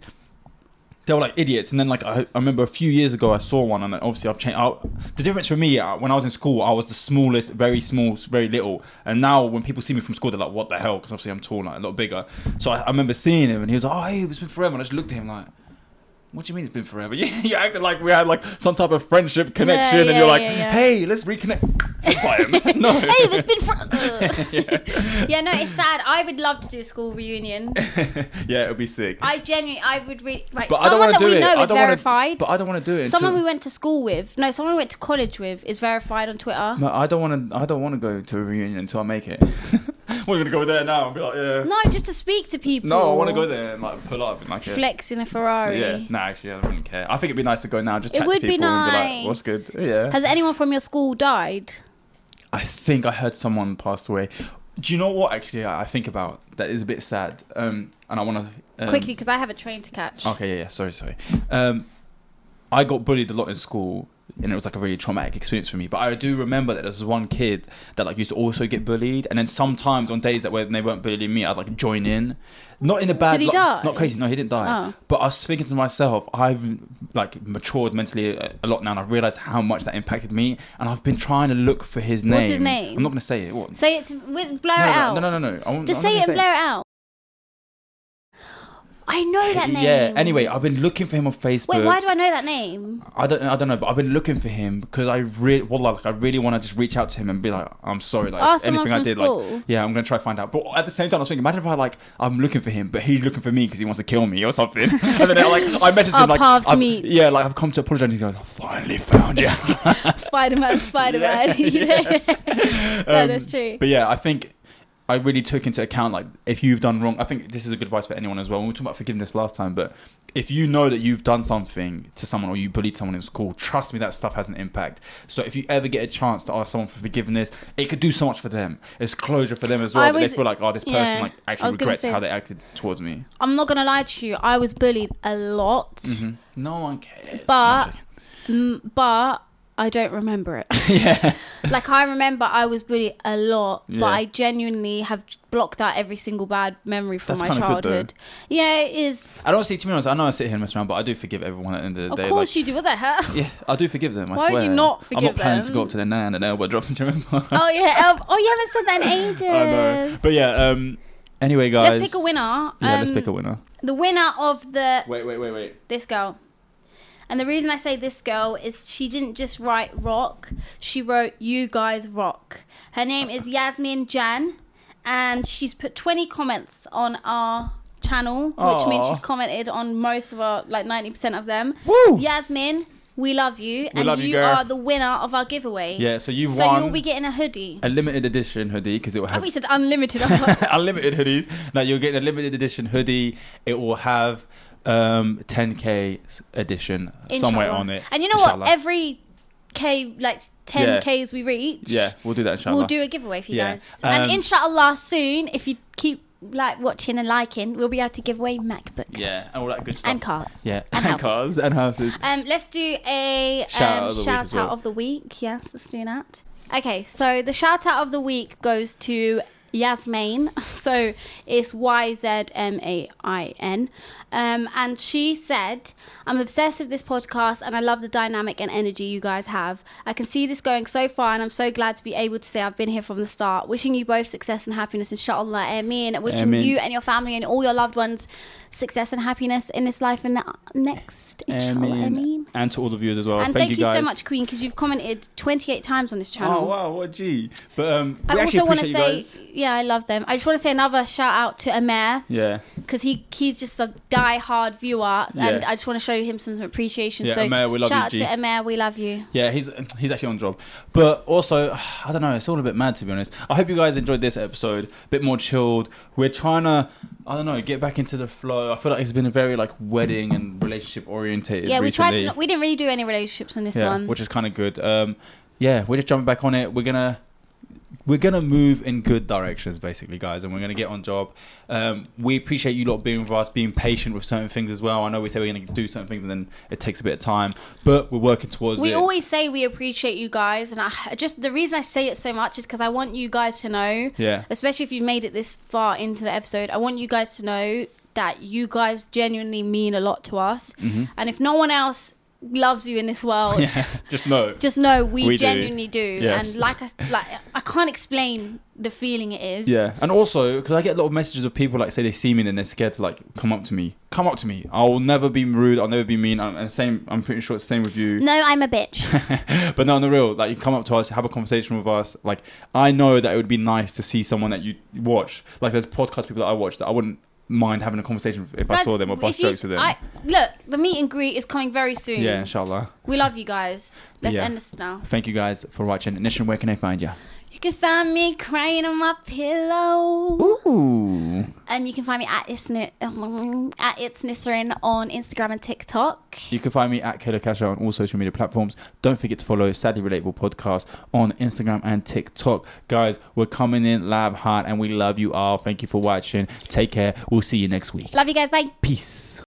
[SPEAKER 1] they were like idiots. And then like I, I remember a few years ago I saw one, and obviously I've changed. I, the difference for me uh, when I was in school, I was the smallest, very small, very little. And now when people see me from school, they're like, "What the hell?" Because obviously I'm tall, like a lot bigger. So I, I remember seeing him, and he was like, "Oh, hey, it's been forever." And I just looked at him like. What do you mean it's been forever? (laughs) You, you acted like we had like some type of friendship connection, and
[SPEAKER 2] yeah,
[SPEAKER 1] you're like,
[SPEAKER 2] yeah, yeah.
[SPEAKER 1] "Hey, let's reconnect." (laughs) By him. no. (laughs)
[SPEAKER 2] hey, it's been. Fr- (laughs)
[SPEAKER 1] yeah.
[SPEAKER 2] yeah, no, it's sad. I would love to do a school reunion.
[SPEAKER 1] yeah, it would be sick.
[SPEAKER 2] I genuinely, I would really. Right,
[SPEAKER 1] But I don't
[SPEAKER 2] someone
[SPEAKER 1] want
[SPEAKER 2] that
[SPEAKER 1] to do
[SPEAKER 2] we
[SPEAKER 1] it.
[SPEAKER 2] know
[SPEAKER 1] I
[SPEAKER 2] is
[SPEAKER 1] don't want to.
[SPEAKER 2] verified.
[SPEAKER 1] But I don't want to do it.
[SPEAKER 2] someone
[SPEAKER 1] until-
[SPEAKER 2] we went to school with. No, someone we went to college with is verified on Twitter.
[SPEAKER 1] No, I don't want to. I don't want to go to a reunion until I make it. (laughs) We're gonna go there now and be like, yeah.
[SPEAKER 2] No, just to speak to people.
[SPEAKER 1] No, I want to go there and like pull up and like. yeah.
[SPEAKER 2] Flex in a Ferrari.
[SPEAKER 1] Yeah, nah, actually, I wouldn't care. I think it'd be nice to go now, just
[SPEAKER 2] It
[SPEAKER 1] chat
[SPEAKER 2] would
[SPEAKER 1] to
[SPEAKER 2] be
[SPEAKER 1] people
[SPEAKER 2] nice.
[SPEAKER 1] and be like, "What's good?" Yeah.
[SPEAKER 2] Has anyone from your school died?
[SPEAKER 1] I think I heard someone passed away. Do you know what? Actually, I I think about that is a bit sad. Um, and I want to um,
[SPEAKER 2] Quickly, because I have a train to catch.
[SPEAKER 1] Okay, yeah, yeah, sorry, sorry. Um, I got bullied a lot in school, and it was like a really traumatic experience for me. But I do remember that there was one kid that like used to also get bullied, and then sometimes on days that when they weren't bullying me, I'd like join in, not in a bad.
[SPEAKER 2] Did he
[SPEAKER 1] like-
[SPEAKER 2] die?
[SPEAKER 1] Not crazy. No, he didn't die.
[SPEAKER 2] Oh.
[SPEAKER 1] But I was thinking to myself, I've like matured mentally a, a lot now, and I've realized how much that impacted me, and I've been trying to look for his name.
[SPEAKER 2] What's his name?
[SPEAKER 1] I'm not gonna say it. What?
[SPEAKER 2] Say it to with blur
[SPEAKER 1] no,
[SPEAKER 2] it
[SPEAKER 1] no,
[SPEAKER 2] out.
[SPEAKER 1] no, no, no, no. I won't-
[SPEAKER 2] Just
[SPEAKER 1] I'm not
[SPEAKER 2] say it and
[SPEAKER 1] gonna
[SPEAKER 2] blur it out. I know that name.
[SPEAKER 1] Yeah. Anyway, uh, I've been looking for him on Facebook.
[SPEAKER 2] Wait, why do I know
[SPEAKER 1] (laughs)
[SPEAKER 2] that name?
[SPEAKER 1] I don't, I don't know, but I've been looking for him because I really, well, like I really want to just reach out to him and be like, I'm sorry, like
[SPEAKER 2] Ask someone
[SPEAKER 1] anything I
[SPEAKER 2] from
[SPEAKER 1] did,
[SPEAKER 2] school.
[SPEAKER 1] like, yeah, I'm gonna try to find out. But at the same time, I was thinking, imagine if I like, I'm looking for him, but he's looking for me because he wants to kill me or something. (laughs) and then I, like, I messaged
[SPEAKER 2] Our
[SPEAKER 1] him like,
[SPEAKER 2] paths
[SPEAKER 1] I've-
[SPEAKER 2] meet.
[SPEAKER 1] yeah, like I've come to apologize. And he goes, I finally found you.
[SPEAKER 2] Spider Man, Spider Man.
[SPEAKER 1] (laughs)
[SPEAKER 2] (laughs)
[SPEAKER 1] Yeah,
[SPEAKER 2] That
[SPEAKER 1] (laughs) Um,
[SPEAKER 2] is true.
[SPEAKER 1] But yeah, I think I really took into account like if you've done wrong. I think this is a good advice for anyone as well. We were talking about forgiveness last time, but if you know that you've done something to someone or you bullied someone in school, trust me, that stuff has an impact. So if you ever get a chance to ask someone for forgiveness, it could do so much for them. It's closure for them as well.
[SPEAKER 2] I
[SPEAKER 1] that
[SPEAKER 2] was-
[SPEAKER 1] they feel like, oh, this person
[SPEAKER 2] yeah,
[SPEAKER 1] like
[SPEAKER 2] I
[SPEAKER 1] actually
[SPEAKER 2] was gonna
[SPEAKER 1] regrets
[SPEAKER 2] say-
[SPEAKER 1] how they acted towards me.
[SPEAKER 2] I'm not gonna lie to you. I was bullied a lot,
[SPEAKER 1] Mhm. No one cares.
[SPEAKER 2] But- mm, but I don't remember it.
[SPEAKER 1] (laughs) yeah,
[SPEAKER 2] like I remember I was bullied a lot,
[SPEAKER 1] Yeah.
[SPEAKER 2] but I genuinely have blocked out every single bad memory from
[SPEAKER 1] That's
[SPEAKER 2] my
[SPEAKER 1] kinda good, though.
[SPEAKER 2] childhood. yeah, it is.
[SPEAKER 1] I don't see. To be honest, I know I sit here and mess around, but I do forgive everyone at the end of the
[SPEAKER 2] Of
[SPEAKER 1] day.
[SPEAKER 2] course
[SPEAKER 1] like-
[SPEAKER 2] you do. What
[SPEAKER 1] (laughs)
[SPEAKER 2] the hell? (laughs)
[SPEAKER 1] Yeah, I do forgive them. I
[SPEAKER 2] Why would
[SPEAKER 1] swear.
[SPEAKER 2] you not
[SPEAKER 1] I'm
[SPEAKER 2] forgive
[SPEAKER 1] not planning
[SPEAKER 2] them?
[SPEAKER 1] to go up to their nan and elbow drop. Do you remember?
[SPEAKER 2] oh yeah. El- oh, you haven't said that in
[SPEAKER 1] (laughs)
[SPEAKER 2] ages.
[SPEAKER 1] I know. But yeah. Um. Anyway, guys.
[SPEAKER 2] Let's pick a winner.
[SPEAKER 1] Yeah, let's
[SPEAKER 2] Um,
[SPEAKER 1] pick a winner.
[SPEAKER 2] The winner of the
[SPEAKER 1] Wait, wait, wait, wait.
[SPEAKER 2] this girl. And the reason I say this girl is she didn't just write rock, she wrote you guys rock. Her name is Yasmin Jan, and she's put 20 comments on our channel, which means
[SPEAKER 1] Aw.
[SPEAKER 2] she's commented on most of our, like 90% of them.
[SPEAKER 1] Woo! Yeah.
[SPEAKER 2] Yasmin, we love you, and
[SPEAKER 1] love you,
[SPEAKER 2] you
[SPEAKER 1] girl.
[SPEAKER 2] are the winner of our giveaway.
[SPEAKER 1] so you've
[SPEAKER 2] so
[SPEAKER 1] won
[SPEAKER 2] you'll be getting
[SPEAKER 1] (laughs)
[SPEAKER 2] a hoodie.
[SPEAKER 1] a limited edition hoodie because it will
[SPEAKER 2] I
[SPEAKER 1] have (laughs)
[SPEAKER 2] thought you said unlimited. I was like,
[SPEAKER 1] unlimited hoodies. Now you're getting a limited edition hoodie. It will have um 10k s- edition (laughs) somewhere
[SPEAKER 2] Inshallah.
[SPEAKER 1] on it.
[SPEAKER 2] And you know
[SPEAKER 1] Inshallah.
[SPEAKER 2] what? Every K, like 10
[SPEAKER 1] Yeah.
[SPEAKER 2] Ks we reach,
[SPEAKER 1] yeah, we'll do that inshallah.
[SPEAKER 2] we'll do a giveaway for you
[SPEAKER 1] Yeah.
[SPEAKER 2] guys. and
[SPEAKER 1] Um,
[SPEAKER 2] inshallah, soon, if you keep like watching and liking, we'll be able to give away MacBooks
[SPEAKER 1] Yeah, and all that good stuff.
[SPEAKER 2] and cars.
[SPEAKER 1] yeah,
[SPEAKER 2] and houses.
[SPEAKER 1] cars (laughs) and houses.
[SPEAKER 2] Um, let's do a um,
[SPEAKER 1] Shout out
[SPEAKER 2] shout,
[SPEAKER 1] of the week
[SPEAKER 2] out
[SPEAKER 1] as well.
[SPEAKER 2] of the week. Yes, let's do that. Okay, so the shout out of the week goes to Yasmin. (laughs) So it's Y Z M A I N. Um, and she said, I'm obsessed with this podcast and I love the dynamic and energy you guys have. I can see this going so far and I'm so glad to be able to say I've been here from the start. Wishing you both success and happiness, inshallah. Ameen. Wishing
[SPEAKER 1] Ameen.
[SPEAKER 2] you and your family and all your loved ones success and happiness in this life and the next, (laughs) inshallah.
[SPEAKER 1] Amen.
[SPEAKER 2] Ameen.
[SPEAKER 1] And to all of you as well.
[SPEAKER 2] And
[SPEAKER 1] thank,
[SPEAKER 2] thank, you,
[SPEAKER 1] guys.
[SPEAKER 2] so much, Queen, because you've commented 28 times on this channel.
[SPEAKER 1] Oh wow, what a G! But um, we
[SPEAKER 2] I
[SPEAKER 1] actually
[SPEAKER 2] also want to
[SPEAKER 1] appreciate
[SPEAKER 2] say,
[SPEAKER 1] you guys.
[SPEAKER 2] yeah, I love them. I just want to say another shout out to Amer
[SPEAKER 1] Yeah,
[SPEAKER 2] because he he's just a die hard viewer, and
[SPEAKER 1] Yeah.
[SPEAKER 2] I just want to show him some appreciation.
[SPEAKER 1] Yeah,
[SPEAKER 2] so
[SPEAKER 1] Amer, we love
[SPEAKER 2] shout
[SPEAKER 1] you, G.
[SPEAKER 2] out to Amer, we love you.
[SPEAKER 1] yeah, he's he's actually on job, but also I don't know. It's all a bit mad to be honest. I hope you guys enjoyed this episode, a bit more chilled. We're trying to, I don't know, get back into the flow. I feel like it's been a very like wedding and relationship orientated.
[SPEAKER 2] yeah, we tried
[SPEAKER 1] recently.
[SPEAKER 2] to. Not, we didn't really do any relationships in this
[SPEAKER 1] yeah,
[SPEAKER 2] one.
[SPEAKER 1] which is kind of good. Um, yeah, we're just jumping back on it. We're gonna we're gonna move in good directions, basically, guys, and we're gonna get on job. Um, we appreciate you lot being with us, being patient with certain things as well. I know we say we're gonna do certain things, and then it takes a bit of time, but we're working towards
[SPEAKER 2] we
[SPEAKER 1] it.
[SPEAKER 2] always say we appreciate you guys, and I I just the reason I say it so much is because I want you guys to know
[SPEAKER 1] yeah,
[SPEAKER 2] especially if you've made it this far into the episode, I want you guys to know that you guys genuinely mean a lot to us.
[SPEAKER 1] Mm-hmm.
[SPEAKER 2] And if no one else loves you in this world,
[SPEAKER 1] (laughs) Just no.
[SPEAKER 2] (laughs) just know we,
[SPEAKER 1] We do.
[SPEAKER 2] genuinely do.
[SPEAKER 1] Yes.
[SPEAKER 2] And like I like I can't explain the feeling it is.
[SPEAKER 1] Yeah, and also because I get a lot of messages of people like say they see me and then they're scared to like come up to me. Come up to me. I will never be rude. I'll never be mean. I'm, and same. I'm pretty sure it's the same with you.
[SPEAKER 2] No, I'm
[SPEAKER 1] (laughs)
[SPEAKER 2] a bitch.
[SPEAKER 1] but no, on the real, like you come up to us, have a conversation with us. Like I know that it would be nice to see someone that you watch. Like there's podcast people that I watch that I wouldn't mind having a conversation if I
[SPEAKER 2] Guys,
[SPEAKER 1] saw them or bust
[SPEAKER 2] if you
[SPEAKER 1] jokes to them.
[SPEAKER 2] I- look, the meet and greet is coming very soon.
[SPEAKER 1] yeah, inshallah.
[SPEAKER 2] We love you guys. Let's
[SPEAKER 1] Yeah.
[SPEAKER 2] end this now.
[SPEAKER 1] Thank you guys for watching. Nishan, where can I find you?
[SPEAKER 2] You can find me crying on my pillow.
[SPEAKER 1] Ooh.
[SPEAKER 2] Um, you can find me at it's Ni- at it's Nisrin on Instagram and TikTok.
[SPEAKER 1] You can find me at Kayla Casher on all social media platforms. Don't forget to follow Sadly Relatable Podcast on Instagram and TikTok. Guys, we're coming in live hard and we love you all. Thank you for watching. Take care. We'll see you next week.
[SPEAKER 2] Love you guys. Bye.
[SPEAKER 1] Peace.